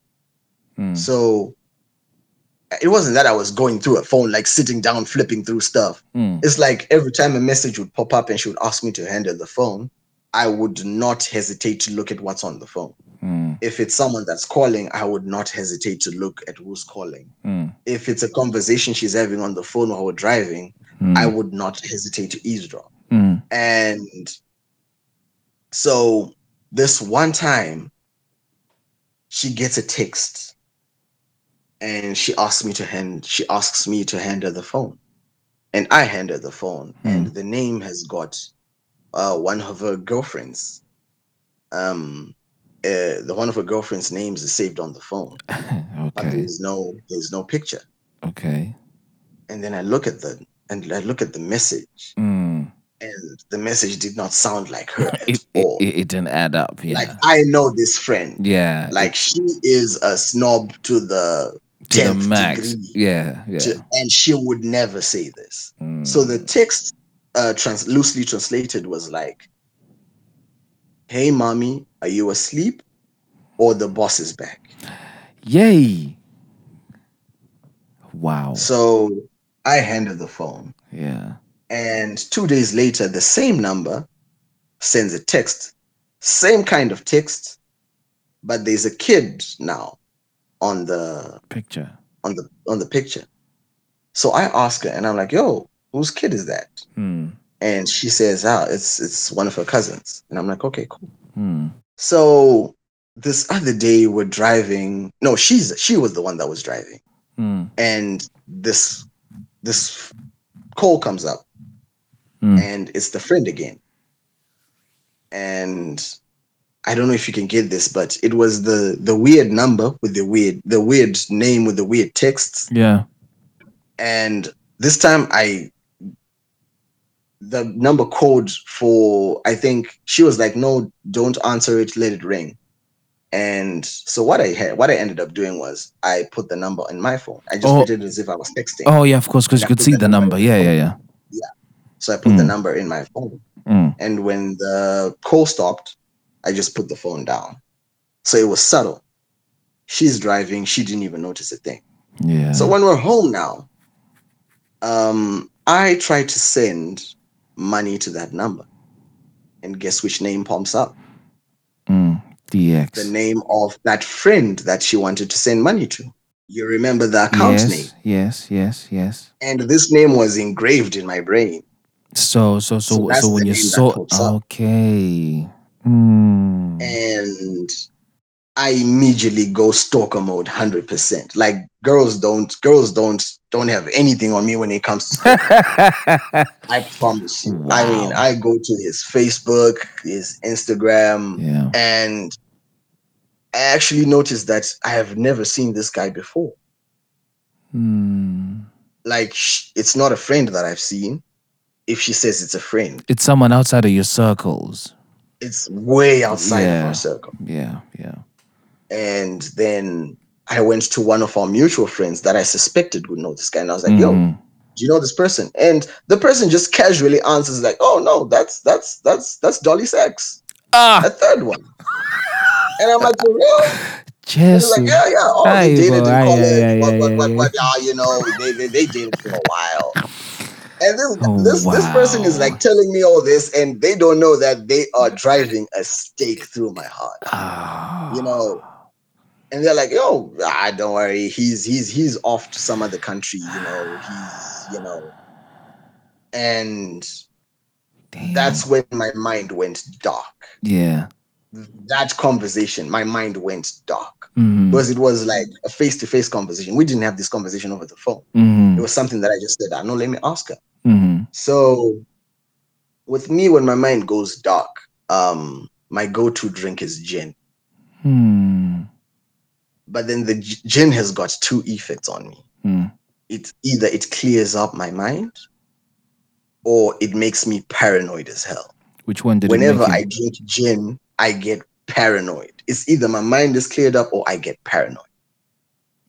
Speaker 6: Mm.
Speaker 5: so it wasn't that I was going through a phone, like sitting down, flipping through stuff.
Speaker 6: Mm.
Speaker 5: It's like every time a message would pop up and she would ask me to hand her the phone, I would not hesitate to look at what's on the phone.
Speaker 6: Mm.
Speaker 5: If it's someone that's calling, I would not hesitate to look at who's calling.
Speaker 6: Mm.
Speaker 5: If it's a conversation she's having on the phone while we're driving,
Speaker 6: Mm.
Speaker 5: I would not hesitate to eavesdrop.
Speaker 6: Mm.
Speaker 5: And so this one time, she gets a text and she asks me to hand she asks me to hand her the phone. And I hand her the phone.
Speaker 6: Hmm.
Speaker 5: And the name has got uh, one of her girlfriends. Um uh, the one of her girlfriend's names is saved on the phone, but
Speaker 6: okay.
Speaker 5: there's no there's no picture.
Speaker 6: Okay.
Speaker 5: And then I look at the and I look at the message,
Speaker 6: Mm.
Speaker 5: and the message did not sound like her at
Speaker 6: It, it,
Speaker 5: all.
Speaker 6: it, it didn't add up. Yeah.
Speaker 5: like I know this friend.
Speaker 6: yeah.
Speaker 5: like she is a snob to the
Speaker 6: to the
Speaker 5: 10th
Speaker 6: max.
Speaker 5: degree
Speaker 6: Yeah, yeah.
Speaker 5: to- and she would never say this
Speaker 6: Mm.
Speaker 5: so the text uh trans- loosely translated was like hey mommy are you asleep or the boss is back
Speaker 6: yay! Wow.
Speaker 5: so i handed the phone
Speaker 6: yeah.
Speaker 5: and two days later the same number sends a text same kind of text but there's a kid now on the
Speaker 6: Picture.
Speaker 5: on the on the picture. So I ask her and I'm like, yo, whose kid is that?
Speaker 6: Hmm.
Speaker 5: And she says, ah, it's it's one of her cousins. And I'm like, okay, cool.
Speaker 6: Hmm.
Speaker 5: So this other day we're driving. No, she's she was the one that was driving.
Speaker 6: Hmm.
Speaker 5: And this this call comes up
Speaker 6: Hmm.
Speaker 5: and it's the friend again. And I don't know if you can get this, but it was the the weird number with the weird the weird name with the weird texts.
Speaker 6: Yeah.
Speaker 5: and this time I the number code for I think she was like, no, don't answer it, let it ring. And so what I had, what I ended up doing was I put the number in my phone. I just
Speaker 6: Oh.
Speaker 5: put it as if I was texting.
Speaker 6: Oh yeah, of course, because you
Speaker 5: Yeah,
Speaker 6: could
Speaker 5: put
Speaker 6: see
Speaker 5: that
Speaker 6: the
Speaker 5: in my
Speaker 6: number. Yeah, yeah, yeah.
Speaker 5: So I put the
Speaker 6: Mm.
Speaker 5: number in my phone.
Speaker 6: Mm.
Speaker 5: And when the call stopped, I just put the phone down. So it was subtle. She's driving, she didn't even notice a thing.
Speaker 6: Yeah.
Speaker 5: So when we're home now, um, I try to send money to that number, and guess which name pops up?
Speaker 6: Hmm. DX.
Speaker 5: the name of that friend that she wanted to send money to. You remember the account
Speaker 6: yes,
Speaker 5: name.
Speaker 6: Yes, yes, yes.
Speaker 5: And this name was engraved in my brain.
Speaker 6: So, so, so, so,
Speaker 5: that's
Speaker 6: when
Speaker 5: the
Speaker 6: you
Speaker 5: name that
Speaker 6: saw,
Speaker 5: pops up.
Speaker 6: okay, mm.
Speaker 5: And I immediately go stalker mode 100%. Like girls don't girls don't don't have anything on me when it comes to I promise you. I mean,
Speaker 6: Wow.
Speaker 5: I go to his Facebook, his Instagram,
Speaker 6: yeah,
Speaker 5: and I actually noticed that I have never seen this guy before.
Speaker 6: mm.
Speaker 5: Like, sh- it's not a friend that I've seen. If she says it's a friend,
Speaker 6: it's someone outside of your circles.
Speaker 5: it's way outside of
Speaker 6: Yeah.
Speaker 5: our circle.
Speaker 6: Yeah, yeah.
Speaker 5: And then I went to one of our mutual friends that I suspected would know this guy, and I was like, "Yo,
Speaker 6: Mm.
Speaker 5: do you know this person?" And the person just casually answers like, "Oh no, that's that's that's that's Dolly Sachs."
Speaker 6: ah,
Speaker 5: a third one. And I'm like, for real? He's
Speaker 6: Jesus.
Speaker 5: like, yeah, yeah. Oh,
Speaker 6: Ay,
Speaker 5: they dated in
Speaker 6: boy, ay,
Speaker 5: college.
Speaker 6: ay,
Speaker 5: what,
Speaker 6: ay,
Speaker 5: what, what,
Speaker 6: ay,
Speaker 5: what, ah, you know, they, they, they dated for a while. And this,
Speaker 6: Oh,
Speaker 5: this, this person is
Speaker 6: wow.
Speaker 5: like telling me all this, and they don't know that they are driving a stake through my heart,
Speaker 6: Ah.
Speaker 5: you know. And they're like, "Yo, ah, don't worry, he's he's he's off to some other country, you know. He's you know." And
Speaker 6: Damn.
Speaker 5: that's when my mind went dark.
Speaker 6: yeah.
Speaker 5: That conversation, my mind went dark.
Speaker 6: Mm.
Speaker 5: because it was like a face-to-face conversation. We didn't have this conversation over the phone. It
Speaker 6: Mm.
Speaker 5: was something that I just said, "Ah, "No, let me ask her."
Speaker 6: Mm.
Speaker 5: So, with me, when my mind goes dark, um, my go-to drink is gin.
Speaker 6: Mm.
Speaker 5: But then the g- gin has got two effects on me.
Speaker 6: Mm.
Speaker 5: It's either it clears up my mind, or it makes me paranoid as hell.
Speaker 6: Which one did
Speaker 5: Whenever
Speaker 6: it make
Speaker 5: I
Speaker 6: you-
Speaker 5: drink gin, I get paranoid. It's either my mind is cleared up or I get paranoid.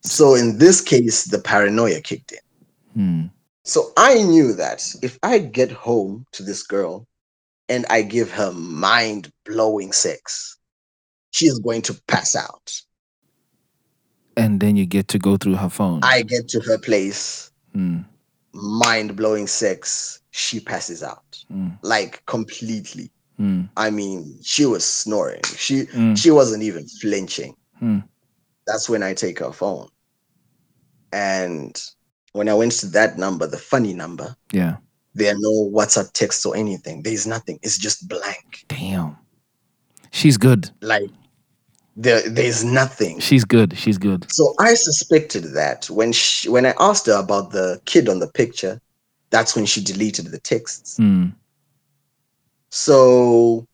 Speaker 5: So in this case, the paranoia kicked in.
Speaker 6: Mm.
Speaker 5: So I knew that if I get home to this girl and I give her mind blowing sex, she is going to pass out.
Speaker 6: and then you get to go through her phone.
Speaker 5: I get to her place,
Speaker 6: Mm.
Speaker 5: mind blowing sex, she passes out
Speaker 6: Mm.
Speaker 5: like completely.
Speaker 6: Mm.
Speaker 5: I mean, she was snoring. She
Speaker 6: Mm.
Speaker 5: she wasn't even flinching.
Speaker 6: Hmm.
Speaker 5: That's when I take her phone. And when I went to that number, the funny number,
Speaker 6: Yeah.
Speaker 5: there are no WhatsApp texts or anything. There's nothing. It's just blank.
Speaker 6: Damn. She's good.
Speaker 5: Like there, there's nothing.
Speaker 6: She's good. She's good.
Speaker 5: So I suspected that when she, when I asked her about the kid on the picture, that's when she deleted the texts.
Speaker 6: Mm.
Speaker 5: So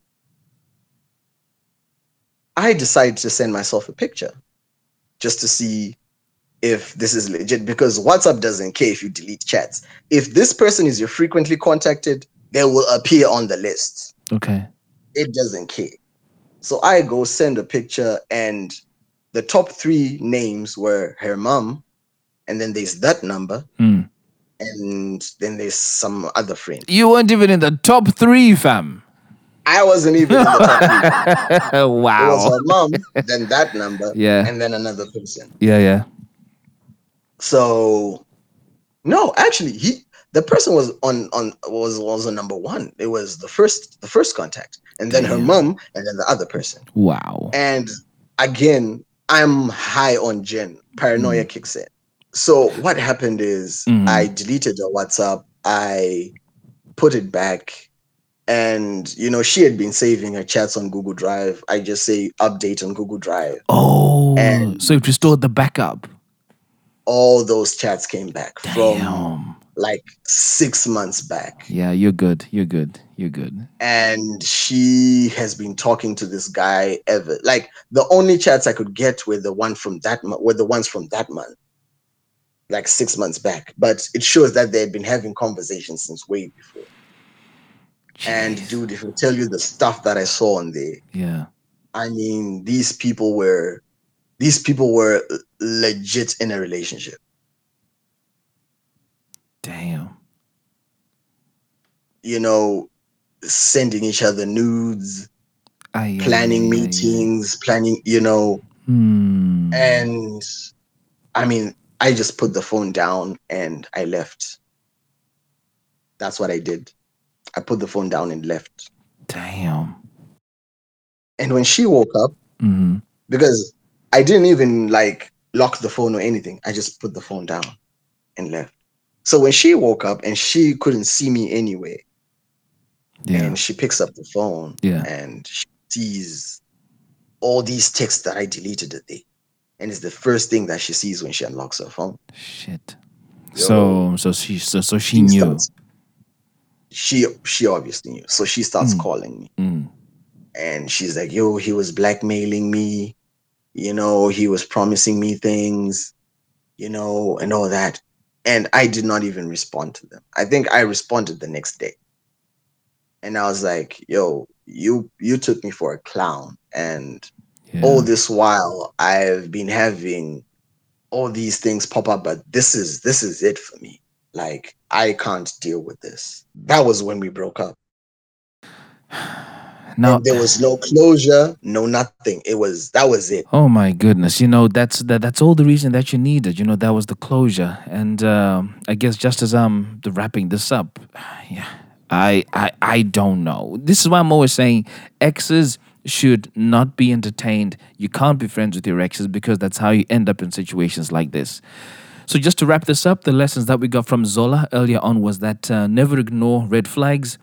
Speaker 5: I decided to send myself a picture just to see if this is legit because WhatsApp doesn't care if you delete chats. If this person is your frequently contacted, they will appear on the list.
Speaker 6: Okay.
Speaker 5: it doesn't care. So I go send a picture, and the top three names were her mom, and then there's that number,
Speaker 6: Mm.
Speaker 5: and then there's some other friend.
Speaker 6: You weren't even in the top three, fam.
Speaker 5: I wasn't even in the top three. It was
Speaker 6: wow.
Speaker 5: her mom, then that number,
Speaker 6: Yeah.
Speaker 5: and then another person.
Speaker 6: Yeah, yeah.
Speaker 5: So, no, actually, he the person was on on was was on number one. It was the first the first contact, and then her
Speaker 6: Damn.
Speaker 5: mom, and then the other person.
Speaker 6: Wow.
Speaker 5: And again, I'm high on gin. Paranoia
Speaker 6: Mm.
Speaker 5: kicks in. So what happened is
Speaker 6: Mhm.
Speaker 5: I deleted the WhatsApp. I put it back. And you know, she had been saving her chats on Google Drive. I just say update on Google Drive.
Speaker 6: Oh.
Speaker 5: And-
Speaker 6: so it restored the backup.
Speaker 5: All those chats came back from
Speaker 6: Damn.
Speaker 5: like six months back.
Speaker 6: Yeah, you're good. You're good. You're good.
Speaker 5: And she has been talking to this guy ever. Like the only chats I could get were the one from that month were the ones from that month. like six months back, but it shows that they had been having conversations since way before. And
Speaker 6: Jeez.
Speaker 5: dude, if I tell you the stuff that I saw on there,
Speaker 6: Yeah.
Speaker 5: I mean, these people were, these people were legit in a relationship.
Speaker 6: Damn.
Speaker 5: You know, sending each other nudes,
Speaker 6: Aye, aye,
Speaker 5: planning
Speaker 6: aye, aye, aye.
Speaker 5: meetings, planning, you know,
Speaker 6: Hmm.
Speaker 5: and I mean, I just put the phone down and I left. That's what I did. I put the phone down and left.
Speaker 6: Damn.
Speaker 5: And when she woke up, because I didn't even like lock the phone or anything. I just put the phone down and left. So when she woke up and she couldn't see me anyway,
Speaker 6: Yeah.
Speaker 5: and she picks up the phone
Speaker 6: Yeah.
Speaker 5: and she sees all these texts that I deleted that day. And it's the first thing that she sees when she unlocks her phone.
Speaker 6: Shit. So so she so so she
Speaker 5: She
Speaker 6: knew.
Speaker 5: starts- She she obviously knew. So she starts calling me.
Speaker 6: Mm.
Speaker 5: and she's like, "Yo, he was blackmailing me, you know, he was promising me things, you know, and all that." And I did not even respond to them. I think I responded the next day, and I was like, "Yo, you you took me for a clown, and
Speaker 6: Yeah.
Speaker 5: all this while I've been having all these things pop up, but this is this is it for me. Like I can't deal with this." That was when we broke up.
Speaker 6: now
Speaker 5: And there was no closure, no nothing. It was that was it.
Speaker 6: Oh my goodness! You know that's that, that's all the reason that you needed. You know that was the closure, and um, I guess just as I'm the wrapping this up, yeah, I I I don't know. This is why I'm always saying exes should not be entertained. You can't be friends with your exes because that's how you end up in situations like this. So just to wrap this up, the lessons that we got from Zola earlier on was that uh, never ignore red flags.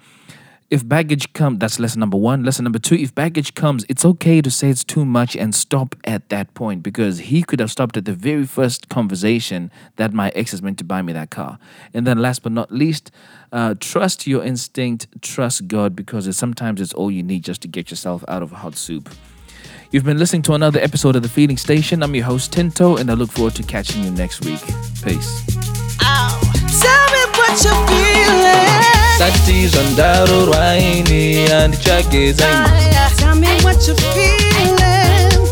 Speaker 6: If baggage comes, that's lesson number one. Lesson number two, if baggage comes, it's okay to say it's too much and stop at that point because he could have stopped at the very first conversation that my ex is meant to buy me that car. And then last but not least, uh, trust your instinct, trust God because it's, sometimes it's all you need just to get yourself out of hot soup. You've been listening to another episode of The Feeling Station. I'm your host, Tinto, and I look forward to catching you next week. Peace.
Speaker 4: Tell me what you're feeling.
Speaker 6: Tatizo ndaro rwaini handichake zangu
Speaker 4: Tell me what you're feeling.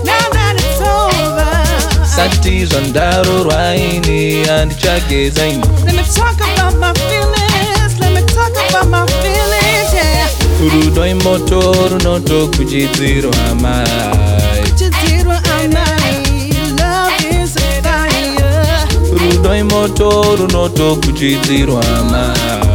Speaker 4: Now that it's over.
Speaker 6: Tatizo ndaro rwaini handichake zangu
Speaker 4: Let me talk about my feelings. Let me talk about my feelings. Yeah.
Speaker 6: rudo imoto runotokuchidziro amai
Speaker 4: What you did when I'm not. Love is a fire.
Speaker 6: rudo imoto runotokuchidziro amai